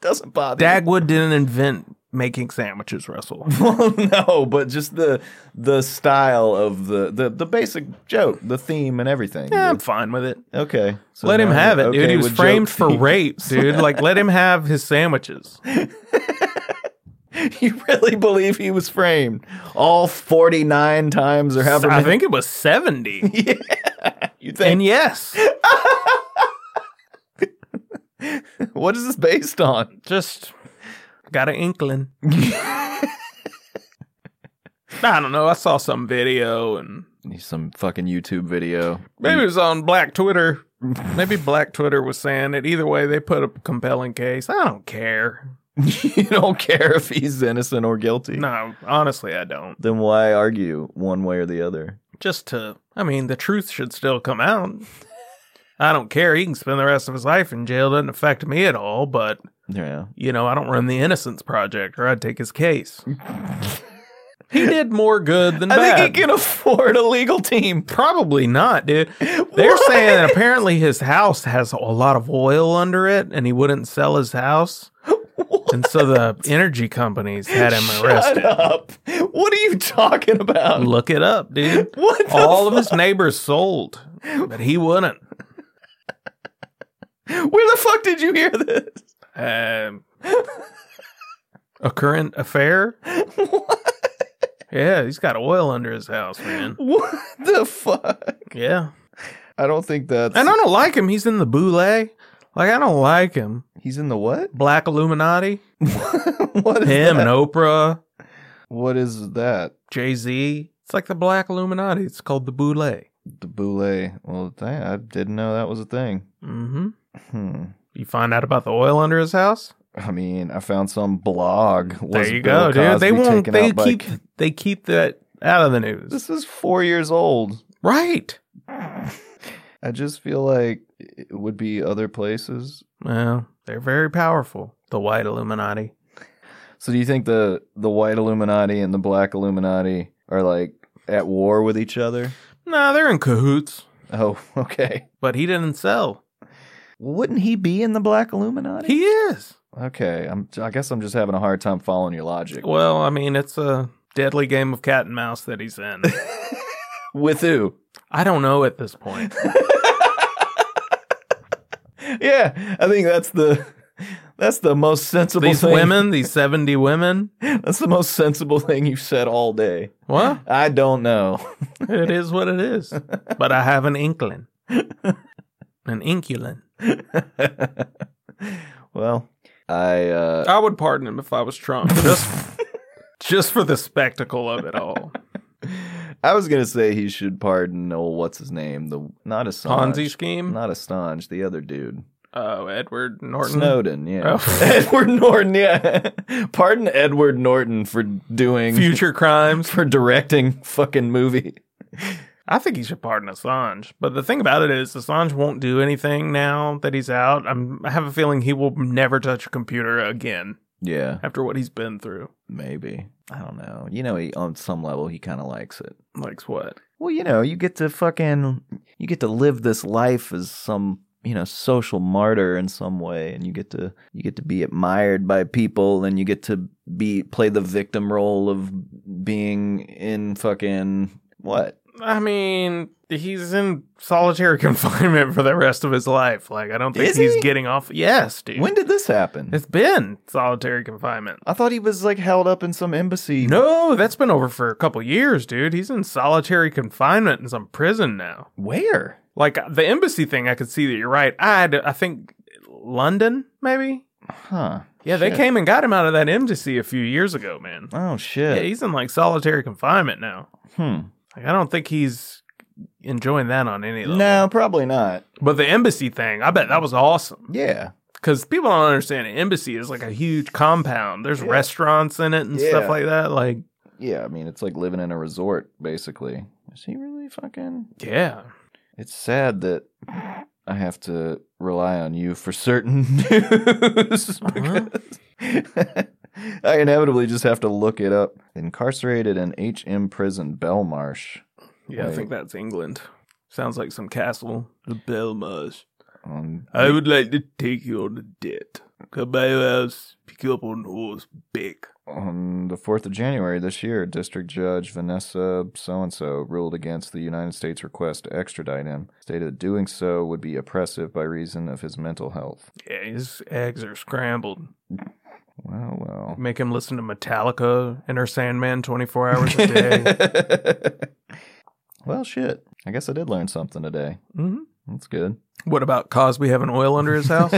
[SPEAKER 4] Doesn't bother. me.
[SPEAKER 5] Dagwood didn't invent making sandwiches, Russell.
[SPEAKER 4] *laughs* Well, no, but just the the style of the the, the basic joke, the theme and everything.
[SPEAKER 5] Yeah, I'm fine with it.
[SPEAKER 4] Okay. So
[SPEAKER 5] let him
[SPEAKER 4] now
[SPEAKER 5] have it,
[SPEAKER 4] you're
[SPEAKER 5] dude.
[SPEAKER 4] okay
[SPEAKER 5] He was
[SPEAKER 4] with
[SPEAKER 5] framed
[SPEAKER 4] joke
[SPEAKER 5] for
[SPEAKER 4] thief.
[SPEAKER 5] rape, dude. Like, let him have his sandwiches.
[SPEAKER 4] *laughs* You really believe he was framed all 49 times or however
[SPEAKER 5] I
[SPEAKER 4] many
[SPEAKER 5] think it
[SPEAKER 4] *laughs*
[SPEAKER 5] was 70.
[SPEAKER 4] you think?
[SPEAKER 5] and yes,
[SPEAKER 4] *laughs* what is this based on?
[SPEAKER 5] just got an
[SPEAKER 4] *laughs*
[SPEAKER 5] inkling. I don't know. I saw some video and
[SPEAKER 4] Some fucking YouTube video.
[SPEAKER 5] Maybe it was on Black Twitter. Maybe Black Twitter was saying it. Either way, they put a compelling case. I don't care.
[SPEAKER 4] *laughs* you don't care if he's innocent or guilty.
[SPEAKER 5] No, honestly, I don't.
[SPEAKER 4] Then why argue one way or the other?
[SPEAKER 5] Just to, I mean, the truth should still come out. I don't care. He can spend the rest of his life in jail. Doesn't affect me at all. But
[SPEAKER 4] Yeah.
[SPEAKER 5] you know, I don't run the Innocence Project, or I'd take
[SPEAKER 4] *laughs*
[SPEAKER 5] his case. he did more good than
[SPEAKER 4] I
[SPEAKER 5] bad.
[SPEAKER 4] think he can afford a legal *laughs* team.
[SPEAKER 5] Probably not, dude.
[SPEAKER 4] *laughs*
[SPEAKER 5] They're saying that apparently his house has a lot of oil under it and he wouldn't sell his house. And so the energy companies had him
[SPEAKER 4] Shut
[SPEAKER 5] arrested.
[SPEAKER 4] up. What are you talking about?
[SPEAKER 5] Look it up, dude.
[SPEAKER 4] What the
[SPEAKER 5] All of his neighbors sold, but he wouldn't.
[SPEAKER 4] Where the fuck did you hear this?
[SPEAKER 5] Um,
[SPEAKER 4] *laughs*
[SPEAKER 5] a current affair? Yeah, he's got oil under his house, man.
[SPEAKER 4] What the fuck?
[SPEAKER 5] Yeah.
[SPEAKER 4] I don't think that's
[SPEAKER 5] And I don't like him. He's in the boule. Like I don't like him.
[SPEAKER 4] He's in the what?
[SPEAKER 5] Black Illuminati,
[SPEAKER 4] *laughs* what is *laughs*
[SPEAKER 5] him
[SPEAKER 4] that?
[SPEAKER 5] and Oprah,
[SPEAKER 4] What is that?
[SPEAKER 5] Jay Z. It's like the Black Illuminati. It's called the Boule.
[SPEAKER 4] The boule. Well, dang, I didn't know that was a thing.
[SPEAKER 5] Mm-hmm.
[SPEAKER 4] Hmm.
[SPEAKER 5] You find out about the oil under his house.
[SPEAKER 4] I mean, I found some blog. Was
[SPEAKER 5] there you
[SPEAKER 4] Bill
[SPEAKER 5] go, dude. They
[SPEAKER 4] Cosby
[SPEAKER 5] won't.
[SPEAKER 4] taken
[SPEAKER 5] They
[SPEAKER 4] out by-
[SPEAKER 5] keep. They keep that out of the news.
[SPEAKER 4] This is four years
[SPEAKER 5] *laughs*
[SPEAKER 4] old.
[SPEAKER 5] Right.
[SPEAKER 4] I just feel like it would be other places.
[SPEAKER 5] Well, they're very powerful. The White Illuminati.
[SPEAKER 4] So, do you think the the white Illuminati and the black Illuminati are like at war with each other? *laughs*
[SPEAKER 5] Nah, they're in cahoots.
[SPEAKER 4] Oh, okay.
[SPEAKER 5] But he didn't sell.
[SPEAKER 4] Wouldn't he be in the black Illuminati?
[SPEAKER 5] He is.
[SPEAKER 4] okay, I'm. I guess I'm just having a hard time following your logic.
[SPEAKER 5] Well, I mean, it's a deadly game of cat and mouse that he's *laughs* in.
[SPEAKER 4] With who? *laughs*
[SPEAKER 5] I don't know at this point.
[SPEAKER 4] Yeah, I think that's the *laughs* that's the most sensible
[SPEAKER 5] These
[SPEAKER 4] thing.
[SPEAKER 5] women, these 70 women.
[SPEAKER 4] That's the most sensible thing you've said all day.
[SPEAKER 5] Well,
[SPEAKER 4] I don't know. *laughs*
[SPEAKER 5] it is what it is. But I have an *laughs* inkling. An inculin.
[SPEAKER 4] well, I uh
[SPEAKER 5] I would pardon him if I was Trump. *laughs* Just, just for the spectacle of it *laughs* all.
[SPEAKER 4] I was gonna say he should pardon old what's his name the not Assange
[SPEAKER 5] Ponzi scheme?
[SPEAKER 4] not Assange the other dude
[SPEAKER 5] Oh, Edward Norton.
[SPEAKER 4] Snowden yeah
[SPEAKER 5] Oh.
[SPEAKER 4] *laughs*
[SPEAKER 5] *laughs*
[SPEAKER 4] Edward Norton yeah pardon Edward Norton for doing
[SPEAKER 5] Future crimes.
[SPEAKER 4] for directing fucking movie
[SPEAKER 5] I think he should pardon Assange. But the thing about it is, Assange won't do anything now that he's out. I'm, I have a feeling he will never touch a computer again
[SPEAKER 4] yeah
[SPEAKER 5] after what he's been through.
[SPEAKER 4] maybe I don't know you know he on some level he kind of likes it
[SPEAKER 5] Like what?
[SPEAKER 4] Well, you know, you get to fucking you get to live this life as some, you know, social martyr in some way and you get to you get to be admired by people and you get to be play the victim role of being in fucking what?
[SPEAKER 5] I mean, he's in solitary *laughs* confinement for the rest of his life. Like, I don't think
[SPEAKER 4] Is
[SPEAKER 5] he's
[SPEAKER 4] he?
[SPEAKER 5] getting off. Yes, dude.
[SPEAKER 4] When did this happen?
[SPEAKER 5] it's been solitary confinement.
[SPEAKER 4] I thought he was like held up in some embassy.
[SPEAKER 5] No, that's been over for a couple years, dude. He's in solitary confinement in some prison now.
[SPEAKER 4] Where?
[SPEAKER 5] Like uh, the embassy thing, I could see that you're right. I had, I think London, maybe.
[SPEAKER 4] Huh.
[SPEAKER 5] Yeah, they
[SPEAKER 4] Shit.
[SPEAKER 5] came and got him out of that embassy a few years ago, man.
[SPEAKER 4] Oh
[SPEAKER 5] Yeah,
[SPEAKER 4] shit.
[SPEAKER 5] he's in like solitary confinement now.
[SPEAKER 4] hmm.
[SPEAKER 5] Like, I don't think he's enjoying that on any level.
[SPEAKER 4] No, probably not.
[SPEAKER 5] But the embassy thing, I bet that was awesome
[SPEAKER 4] Yeah.
[SPEAKER 5] because people don't understand. An embassy is like a huge compound. There's
[SPEAKER 4] Yeah.
[SPEAKER 5] restaurants in it and
[SPEAKER 4] Yeah.
[SPEAKER 5] stuff like that. Like,
[SPEAKER 4] Yeah, I mean it's like living in a resort basically. Is he really fucking
[SPEAKER 5] yeah,
[SPEAKER 4] It's sad that I have to rely on you for certain *laughs* news because *laughs* I inevitably just have to look it up. Incarcerated in HM prison, Belmarsh.
[SPEAKER 5] yeah. I
[SPEAKER 4] Like-
[SPEAKER 5] think that's England. Sounds like some castle. The Belmarsh.
[SPEAKER 4] Um,
[SPEAKER 5] I would like to take you on a date. Come by your house, pick you up on horseback.
[SPEAKER 4] on the 4th of January this year, District Judge Vanessa so and so ruled against the United States request to extradite him, stated that doing so would be oppressive by reason of his mental health.
[SPEAKER 5] Yeah, his eggs are scrambled.
[SPEAKER 4] Well, well.
[SPEAKER 5] Make him listen to Metallica, Inner Sandman 24 hours a day. *laughs*
[SPEAKER 4] *laughs* well, shit. I guess I did learn something today.
[SPEAKER 5] hmm
[SPEAKER 4] That's good. *laughs*
[SPEAKER 5] What about Cosby having oil under his house?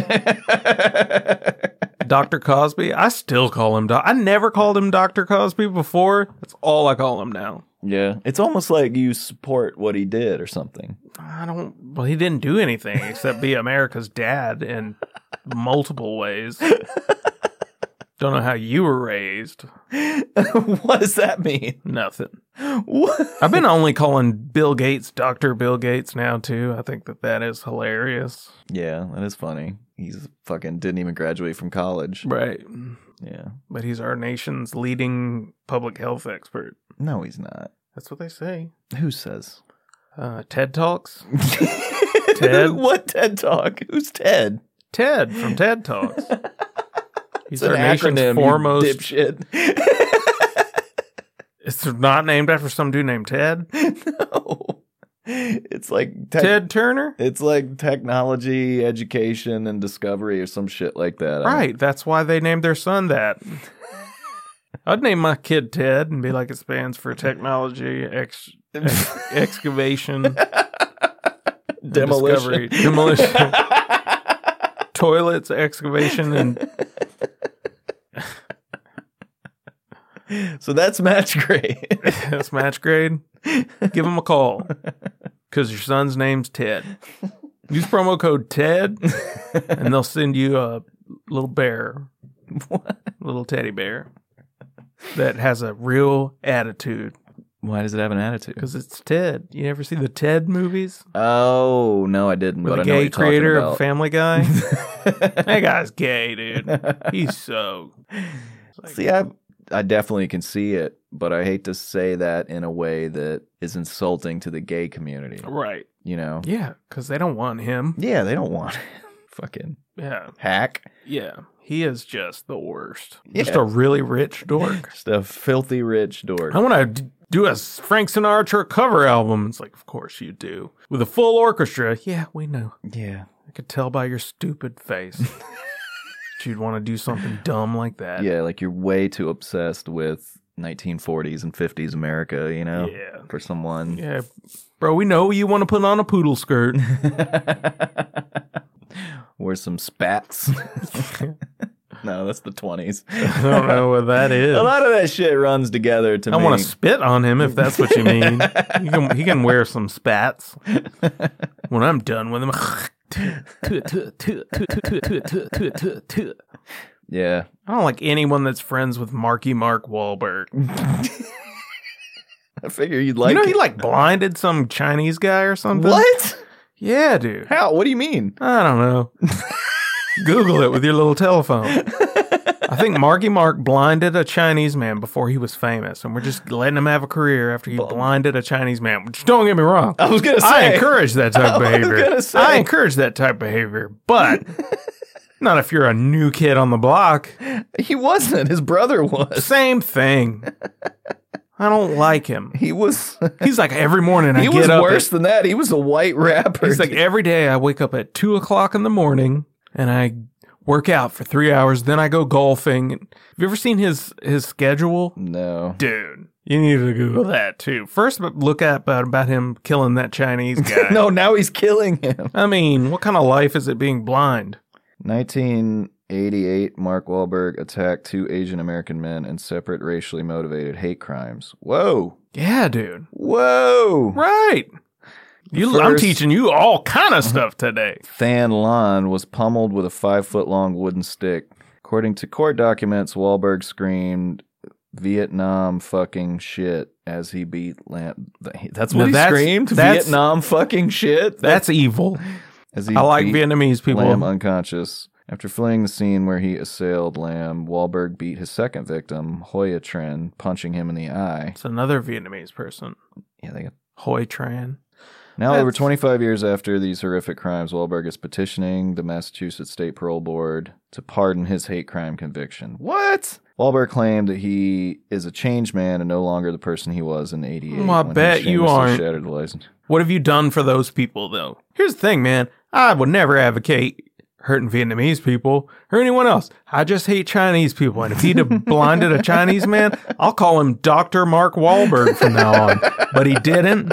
[SPEAKER 5] Dr. Cosby? I still call him Doc. I never called him Dr. Cosby before. That's all I call him now.
[SPEAKER 4] yeah. It's almost like you support what he did or something.
[SPEAKER 5] I don't. Well, he didn't do anything except be America's dad in multiple ways. Don't know how you were raised.
[SPEAKER 4] *laughs* what does that mean?
[SPEAKER 5] Nothing.
[SPEAKER 4] What?
[SPEAKER 5] I've been only calling Bill Gates Dr. Bill Gates now, too. I think that that is hilarious.
[SPEAKER 4] Yeah, that is funny. He's fucking didn't even graduate from college.
[SPEAKER 5] Right.
[SPEAKER 4] Yeah.
[SPEAKER 5] But he's our nation's leading public health expert.
[SPEAKER 4] No, he's not.
[SPEAKER 5] That's what they say.
[SPEAKER 4] Who says? *laughs*
[SPEAKER 5] Uh, TED Talks?
[SPEAKER 4] Ted? what TED Talk? Who's Ted?
[SPEAKER 5] TED from TED Talks.
[SPEAKER 4] It's
[SPEAKER 5] He's
[SPEAKER 4] an
[SPEAKER 5] our nation's
[SPEAKER 4] acronym, you
[SPEAKER 5] foremost.
[SPEAKER 4] dipshit. *laughs*
[SPEAKER 5] It's not named after some dude named Ted.
[SPEAKER 4] no. It's like tech-
[SPEAKER 5] Ted Turner?
[SPEAKER 4] It's like technology, education, and discovery, or some shit like that. I-
[SPEAKER 5] Right. That's why they named their son that. I'd name my kid Ted and be like, it stands for technology, ex-
[SPEAKER 4] *laughs*
[SPEAKER 5] ex- excavation, and
[SPEAKER 4] Demolition. *laughs*
[SPEAKER 5] discovery, demolition, toilets, excavation, and
[SPEAKER 4] So that's *laughs* match grade.
[SPEAKER 5] that's match grade. Give him
[SPEAKER 4] *laughs*
[SPEAKER 5] a call because your son's name's Ted. Use promo code TED and they'll send you a little bear, little teddy bear that has a real attitude
[SPEAKER 4] Why does it have an attitude?
[SPEAKER 5] because it's Ted. You ever see the Ted movies?
[SPEAKER 4] Oh no, I didn't. but
[SPEAKER 5] With the
[SPEAKER 4] I know what
[SPEAKER 5] gay
[SPEAKER 4] you're talking
[SPEAKER 5] creator
[SPEAKER 4] about.
[SPEAKER 5] of
[SPEAKER 4] *laughs*
[SPEAKER 5] Family Guy? that guy's gay, dude. He's so.
[SPEAKER 4] See, I I definitely can see it, but I hate to say that in a way that is insulting to the gay community.
[SPEAKER 5] Right.
[SPEAKER 4] You know?
[SPEAKER 5] Yeah, because they don't want him.
[SPEAKER 4] Yeah, they don't want it. *laughs* fucking
[SPEAKER 5] Yeah.
[SPEAKER 4] hack.
[SPEAKER 5] Yeah. He is just the worst. Just
[SPEAKER 4] Yeah.
[SPEAKER 5] a really rich dork.
[SPEAKER 4] Just a filthy rich dork.
[SPEAKER 5] I want to do a Frank Sinatra cover album. It's like, of course you do. With a full orchestra. Yeah, we know.
[SPEAKER 4] Yeah.
[SPEAKER 5] I could tell by your stupid face that you'd want to do something dumb like that.
[SPEAKER 4] Yeah, like you're way too obsessed with 1940s and 50s America, you know?
[SPEAKER 5] Yeah.
[SPEAKER 4] For someone.
[SPEAKER 5] Yeah. Bro, we know you want to put on a poodle skirt.
[SPEAKER 4] Wear some
[SPEAKER 5] *laughs*
[SPEAKER 4] spats. *laughs* no, that's the 20s.
[SPEAKER 5] I don't know what that is.
[SPEAKER 4] A lot of that shit runs together to
[SPEAKER 5] I
[SPEAKER 4] me.
[SPEAKER 5] want to spit on him if that's what you mean. he, can, he can wear some spats when I'm done with him. *laughs* I
[SPEAKER 4] yeah.
[SPEAKER 5] don't like anyone that's friends with Marky Mark Wahlberg.
[SPEAKER 4] I figure you'd like
[SPEAKER 5] you know, he
[SPEAKER 4] it.
[SPEAKER 5] like blinded some Chinese guy or something.
[SPEAKER 4] What?
[SPEAKER 5] Yeah, dude.
[SPEAKER 4] How? What do you mean?
[SPEAKER 5] I
[SPEAKER 4] *laughs*
[SPEAKER 5] don't know. Google it with your little telephone. I
[SPEAKER 4] *laughs*
[SPEAKER 5] think Marky Mark blinded a Chinese man before he was famous, and we're just letting him have a career after he blinded a Chinese man. Which don't get me wrong,
[SPEAKER 4] I was gonna say.
[SPEAKER 5] I encourage that type
[SPEAKER 4] *laughs*
[SPEAKER 5] of
[SPEAKER 4] I was
[SPEAKER 5] behavior.
[SPEAKER 4] gonna say.
[SPEAKER 5] I encourage that type of behavior,
[SPEAKER 4] *laughs*
[SPEAKER 5] but not if you're a new kid on the block.
[SPEAKER 4] he wasn't. His brother was.
[SPEAKER 5] Same thing. I don't like him.
[SPEAKER 4] He was.
[SPEAKER 5] He's like every morning I
[SPEAKER 4] He
[SPEAKER 5] get
[SPEAKER 4] was
[SPEAKER 5] up.
[SPEAKER 4] worse than that. He was a white rapper.
[SPEAKER 5] He's like every day I wake up at two o'clock in the morning and I work out for three hours. Then I go golfing. Have you ever seen his his schedule?
[SPEAKER 4] no.
[SPEAKER 5] Dude, you need to Google that too. First, but look up about, about him killing that *laughs* Chinese guy.
[SPEAKER 4] No, now he's killing him.
[SPEAKER 5] I mean, what kind of life is it being blind?
[SPEAKER 4] 1988, Mark Wahlberg attacked two Asian American men in separate racially motivated hate crimes. Whoa.
[SPEAKER 5] Yeah, dude.
[SPEAKER 4] Whoa.
[SPEAKER 5] Right. You, i I'm
[SPEAKER 4] First-
[SPEAKER 5] teaching you all kind of stuff
[SPEAKER 4] *laughs*
[SPEAKER 5] today.
[SPEAKER 4] Than Lon was pummeled with a five foot long wooden stick. According to court documents, Wahlberg screamed Vietnam fucking shit as he beat Lan. That's
[SPEAKER 5] Now
[SPEAKER 4] what he
[SPEAKER 5] that's-
[SPEAKER 4] screamed?
[SPEAKER 5] that's-
[SPEAKER 4] Vietnam fucking shit?
[SPEAKER 5] That's evil.
[SPEAKER 4] as he
[SPEAKER 5] I like
[SPEAKER 4] beat
[SPEAKER 5] Vietnamese people.
[SPEAKER 4] Lamb unconscious. After fleeing the scene where he assailed Lamb, Wahlberg beat his second victim, Hoya Trin, punching him in the eye.
[SPEAKER 5] It's another Vietnamese person.
[SPEAKER 4] Yeah, they got
[SPEAKER 5] Hoi Tran.
[SPEAKER 4] Now, over
[SPEAKER 5] That's-
[SPEAKER 4] 25 years after these horrific crimes, Wahlberg is petitioning the Massachusetts State Parole Board to pardon his hate crime conviction. What? Wahlberg claimed that he is a changed man and no longer the person he was in 88.
[SPEAKER 5] Well, I
[SPEAKER 4] when he
[SPEAKER 5] bet you
[SPEAKER 4] shamelessly
[SPEAKER 5] aren't.
[SPEAKER 4] Shattered the license.
[SPEAKER 5] What have you done for those people, though? Here's the thing, man. I would never advocate hurting Vietnamese people or anyone else. I just hate Chinese people. And if
[SPEAKER 4] *laughs*
[SPEAKER 5] he'd have blinded a Chinese man, I'll call him Dr. Mark Wahlberg from now on. But he didn't.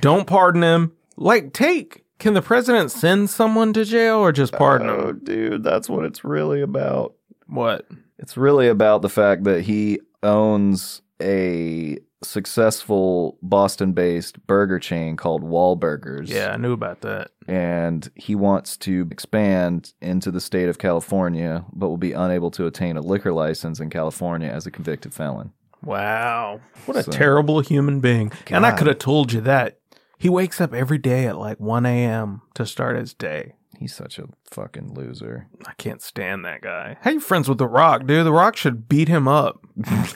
[SPEAKER 5] Don't pardon him. Like, take. Can the president send someone to jail or just pardon him?
[SPEAKER 4] Oh, dude, that's what it's really about.
[SPEAKER 5] What?
[SPEAKER 4] It's really about the fact that he owns a successful Boston based burger chain called Wahlburgers.
[SPEAKER 5] Yeah, I knew about that.
[SPEAKER 4] and he wants to expand into the state of California, but will be unable to attain a liquor license in California as a convicted felon.
[SPEAKER 5] Wow. What a
[SPEAKER 4] So-
[SPEAKER 5] terrible human being. And I
[SPEAKER 4] God.
[SPEAKER 5] could have told you that. He wakes up every day at like 1 a.m. to start his day.
[SPEAKER 4] He's such a fucking loser.
[SPEAKER 5] I can't stand that guy. How you friends with The Rock, dude? The Rock should beat him up.
[SPEAKER 4] *laughs*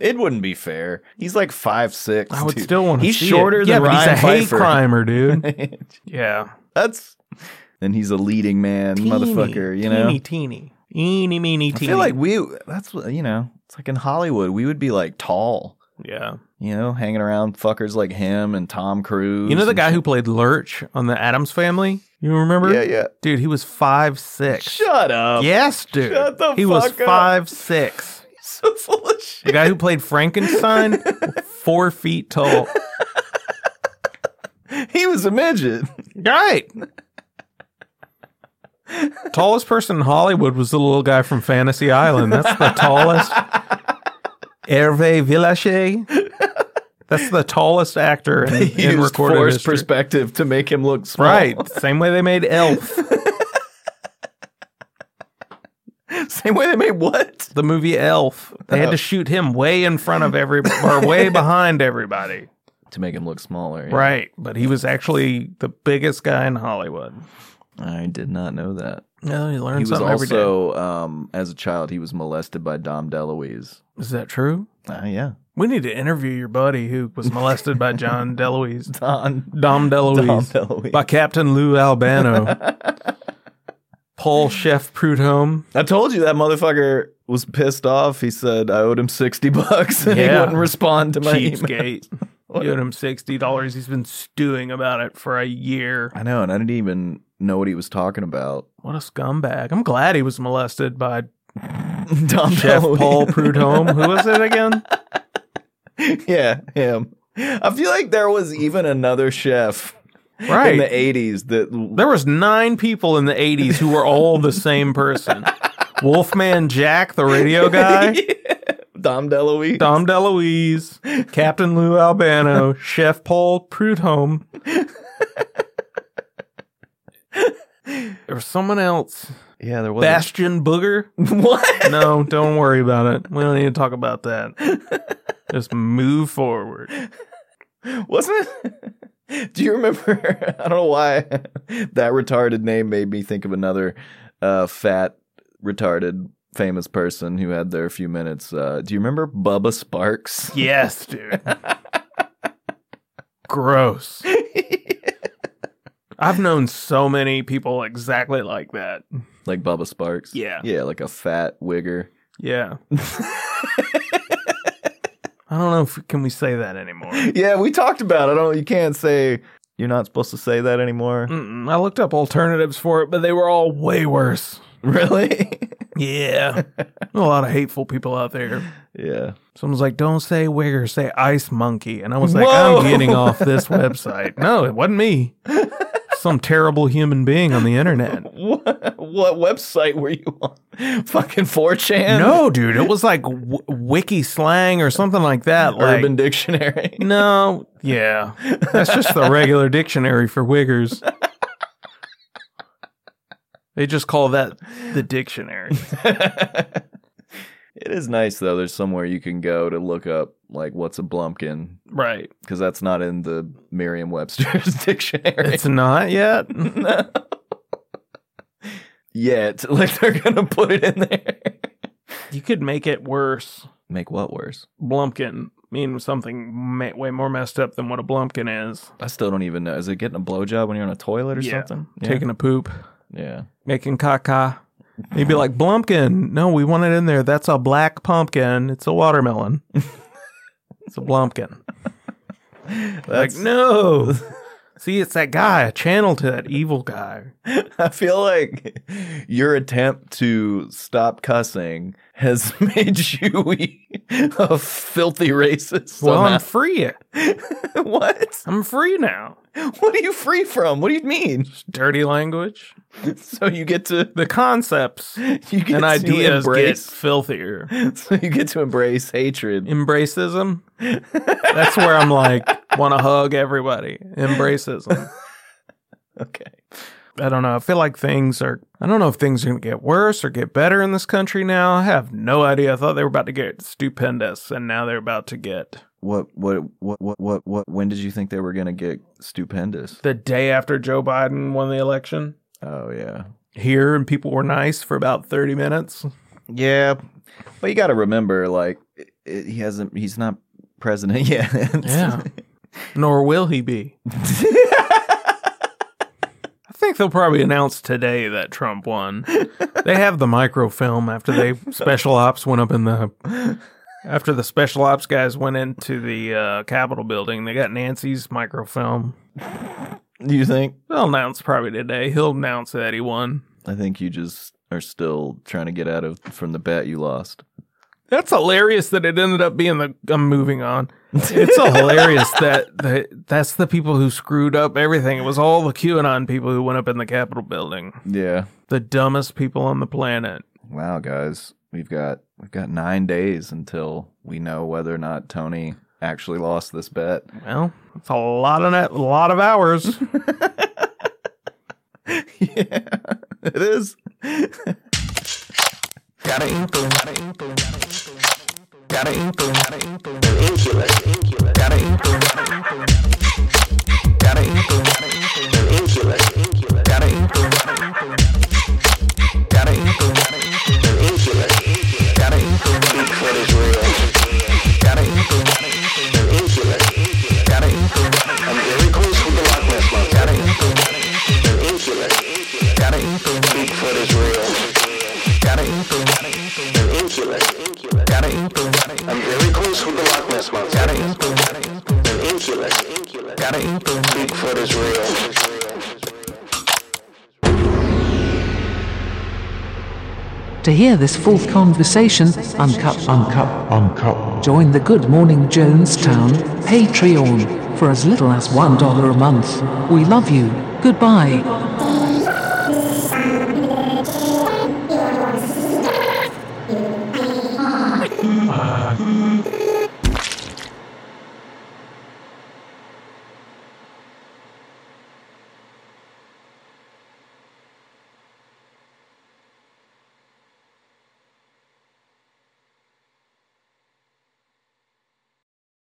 [SPEAKER 4] it wouldn't be fair. He's like five six.
[SPEAKER 5] I would still want to
[SPEAKER 4] He's
[SPEAKER 5] see
[SPEAKER 4] shorter
[SPEAKER 5] it.
[SPEAKER 4] than
[SPEAKER 5] yeah, but he's a
[SPEAKER 4] Ryan
[SPEAKER 5] hate
[SPEAKER 4] Pfeiffer.
[SPEAKER 5] crimer, dude.
[SPEAKER 4] *laughs*
[SPEAKER 5] yeah.
[SPEAKER 4] That's and he's a leading man, motherfucker. You know,
[SPEAKER 5] Teeny, teeny. Eeny, meeny,
[SPEAKER 4] I
[SPEAKER 5] teeny.
[SPEAKER 4] feel like we. That's what you know. It's like in Hollywood, we would be like tall.
[SPEAKER 5] yeah.
[SPEAKER 4] You know, hanging around fuckers like him and Tom Cruise.
[SPEAKER 5] You know the
[SPEAKER 4] and
[SPEAKER 5] guy
[SPEAKER 4] shit.
[SPEAKER 5] who played Lurch on the Adams Family? You remember?
[SPEAKER 4] Yeah, yeah.
[SPEAKER 5] Dude, he was five six.
[SPEAKER 4] Shut up.
[SPEAKER 5] Yes, dude.
[SPEAKER 4] Shut the
[SPEAKER 5] he was
[SPEAKER 4] fuck up.
[SPEAKER 5] five six.
[SPEAKER 4] *laughs* So full of shit.
[SPEAKER 5] The guy who
[SPEAKER 4] *laughs*
[SPEAKER 5] played Frankenstein, four feet tall.
[SPEAKER 4] He was a midget.
[SPEAKER 5] Right. tallest person in Hollywood was the little guy from Fantasy Island. That's the tallest. Hervé Villache. That's the tallest actor *laughs* in,
[SPEAKER 4] *laughs* He
[SPEAKER 5] in
[SPEAKER 4] used
[SPEAKER 5] recorded
[SPEAKER 4] forced
[SPEAKER 5] history.
[SPEAKER 4] perspective to make him look small.
[SPEAKER 5] right. Same way they made Elf.
[SPEAKER 4] *laughs* Same way they made what?
[SPEAKER 5] The movie Elf. They had to shoot him way in front of every or *laughs* way behind everybody.
[SPEAKER 4] To make him look smaller. yeah.
[SPEAKER 5] Right. But he was actually the biggest guy in Hollywood.
[SPEAKER 4] I did not know that.
[SPEAKER 5] No, you learn
[SPEAKER 4] He was
[SPEAKER 5] something every day.
[SPEAKER 4] also, um, as a child, he was molested by Dom DeLuise.
[SPEAKER 5] Is that true?
[SPEAKER 4] Uh, yeah.
[SPEAKER 5] We need to interview your buddy who was molested
[SPEAKER 4] *laughs*
[SPEAKER 5] by John DeLuise.
[SPEAKER 4] Don
[SPEAKER 5] Dom DeLuise.
[SPEAKER 4] Dom DeLuise.
[SPEAKER 5] by Captain
[SPEAKER 4] *laughs*
[SPEAKER 5] Lou Albano. Paul Chef Prudhomme.
[SPEAKER 4] I told you that motherfucker was pissed off. He said I owed him sixty *laughs* bucks, and he
[SPEAKER 5] Yeah.
[SPEAKER 4] wouldn't respond to my email. *laughs*
[SPEAKER 5] Cheapskate. You owed him sixty dollars. He's been stewing about it for a year.
[SPEAKER 4] I know, and I didn't even know what he was talking about.
[SPEAKER 5] What a scumbag! I'm glad he was molested
[SPEAKER 4] *laughs*
[SPEAKER 5] by
[SPEAKER 4] Dom
[SPEAKER 5] Chef
[SPEAKER 4] DeLuise.
[SPEAKER 5] Paul Prudhomme. Who was it again?
[SPEAKER 4] *laughs* yeah, him. I feel like there was even another chef *laughs* in
[SPEAKER 5] Right.
[SPEAKER 4] the '80s that
[SPEAKER 5] There was nine people in the '80s who were all the
[SPEAKER 4] *laughs*
[SPEAKER 5] same person. Wolfman Jack, the radio guy.
[SPEAKER 4] Dom DeLuise.
[SPEAKER 5] Dom DeLuise, *laughs* Captain Lou Albano, Chef Paul Prudhomme. there was someone else.
[SPEAKER 4] Yeah, there was
[SPEAKER 5] Bastion *laughs* Booger?
[SPEAKER 4] *laughs* what?
[SPEAKER 5] No, don't worry about it. We don't need to talk about that. Just move forward.
[SPEAKER 4] Wasn't *laughs* it? Do you remember? *laughs* I don't know why that retarded name made me think of another uh, fat, retarded, famous person who had their few minutes. Uh, do you remember Bubba Sparks? *laughs*
[SPEAKER 5] Yes, dude. *laughs* Gross. I've known so many people exactly like that.
[SPEAKER 4] Like Bubba Sparks?
[SPEAKER 5] Yeah.
[SPEAKER 4] Yeah, like a fat wigger.
[SPEAKER 5] Yeah. I don't know if can we say that anymore.
[SPEAKER 4] Yeah, we talked about it. I don't. You can't say you're not supposed to say that anymore.
[SPEAKER 5] Mm-mm, I looked up alternatives for it, but they were all way worse.
[SPEAKER 4] *laughs* Really?
[SPEAKER 5] Yeah. *laughs* a lot of hateful people out there.
[SPEAKER 4] yeah.
[SPEAKER 5] Someone's like, don't say wigger, say ice monkey. And I was like,
[SPEAKER 4] Whoa.
[SPEAKER 5] I'm getting
[SPEAKER 4] *laughs*
[SPEAKER 5] off this website. no, it wasn't me. Some terrible human being on the internet.
[SPEAKER 4] *laughs* What, what website were you on? *laughs* Fucking 4chan?
[SPEAKER 5] No, dude, it was like w- wiki slang or something like that. Like,
[SPEAKER 4] Urban
[SPEAKER 5] *laughs*
[SPEAKER 4] Dictionary.
[SPEAKER 5] No, yeah. That's just the regular dictionary for wiggers. They just call that the dictionary.
[SPEAKER 4] it is nice though. There's somewhere you can go to look up like what's a blumpkin
[SPEAKER 5] Right.
[SPEAKER 4] because that's not in the Merriam-Webster's *laughs* dictionary
[SPEAKER 5] It's not yet.
[SPEAKER 4] yet. *laughs* Like they're gonna put it in there.
[SPEAKER 5] You could make it worse.
[SPEAKER 4] Make what worse?
[SPEAKER 5] Blumpkin mean something ma- way more messed up than what a blumpkin is.
[SPEAKER 4] I still don't even know. Is it getting a blowjob when you're on a toilet or
[SPEAKER 5] Yeah.
[SPEAKER 4] something?
[SPEAKER 5] Taking a poop,
[SPEAKER 4] yeah.
[SPEAKER 5] making caca. You'd be like, Blumpkin. No, we want it in there. That's a black pumpkin. It's a watermelon. *laughs* it's a Blumpkin.
[SPEAKER 4] That's,
[SPEAKER 5] Like, no. *laughs* See, it's that guy. I channeled to that evil guy.
[SPEAKER 4] *laughs* I feel like your attempt to stop cussing has *laughs* made you a filthy racist.
[SPEAKER 5] Well, I'm
[SPEAKER 4] Well,
[SPEAKER 5] free.
[SPEAKER 4] *laughs* what?
[SPEAKER 5] I'm free now.
[SPEAKER 4] What are you free from? What do you mean?
[SPEAKER 5] Dirty language.
[SPEAKER 4] *laughs* So you get to
[SPEAKER 5] The
[SPEAKER 4] *laughs*
[SPEAKER 5] concepts
[SPEAKER 4] you get
[SPEAKER 5] and
[SPEAKER 4] to
[SPEAKER 5] ideas get
[SPEAKER 4] embrace. *laughs*
[SPEAKER 5] filthier.
[SPEAKER 4] So you get to embrace hatred.
[SPEAKER 5] Embracism. *laughs* That's where I'm like, want to hug everybody. *laughs* Embracism.
[SPEAKER 4] Okay.
[SPEAKER 5] I don't know. I feel like things are, I don't know if things are going to get worse or get better in this country now. I have no idea. I thought they were about to get stupendous, and now they're about to get
[SPEAKER 4] What? What? What? What? What? What? When did you think they were gonna get stupendous?
[SPEAKER 5] the day after Joe Biden won the election
[SPEAKER 4] Oh yeah.
[SPEAKER 5] here, and people were nice for about 30 minutes.
[SPEAKER 4] Yeah, but you got to remember, like it, it- he hasn't. He's not president *laughs* yet.
[SPEAKER 5] Yeah. *laughs* Nor will he be. I think they'll probably announce today that Trump won. they have the microfilm after they special ops went up in the after the special ops guys went into the uh, Capitol building. They got Nancy's microfilm.
[SPEAKER 4] Do you think?
[SPEAKER 5] They'll announce probably today. He'll announce that he won.
[SPEAKER 4] I think you just are still trying to get out of from the bet you lost.
[SPEAKER 5] That's hilarious that it ended up being the. I'm moving on. It's hilarious that, that that's the people who screwed up everything. It was all the QAnon people who went up in the Capitol building.
[SPEAKER 4] Yeah.
[SPEAKER 5] The dumbest people on the planet.
[SPEAKER 4] Wow, guys, we've got we've got nine days until we know whether or not Tony actually lost this bet. *laughs*
[SPEAKER 5] Well, it's a lot of net, a lot of hours.
[SPEAKER 4] yeah, it is.
[SPEAKER 6] To hear this full conversation, uncut, uncut, uncut. Join the Good Morning Jonestown Patreon for as little as $1 a month. We love you. Goodbye.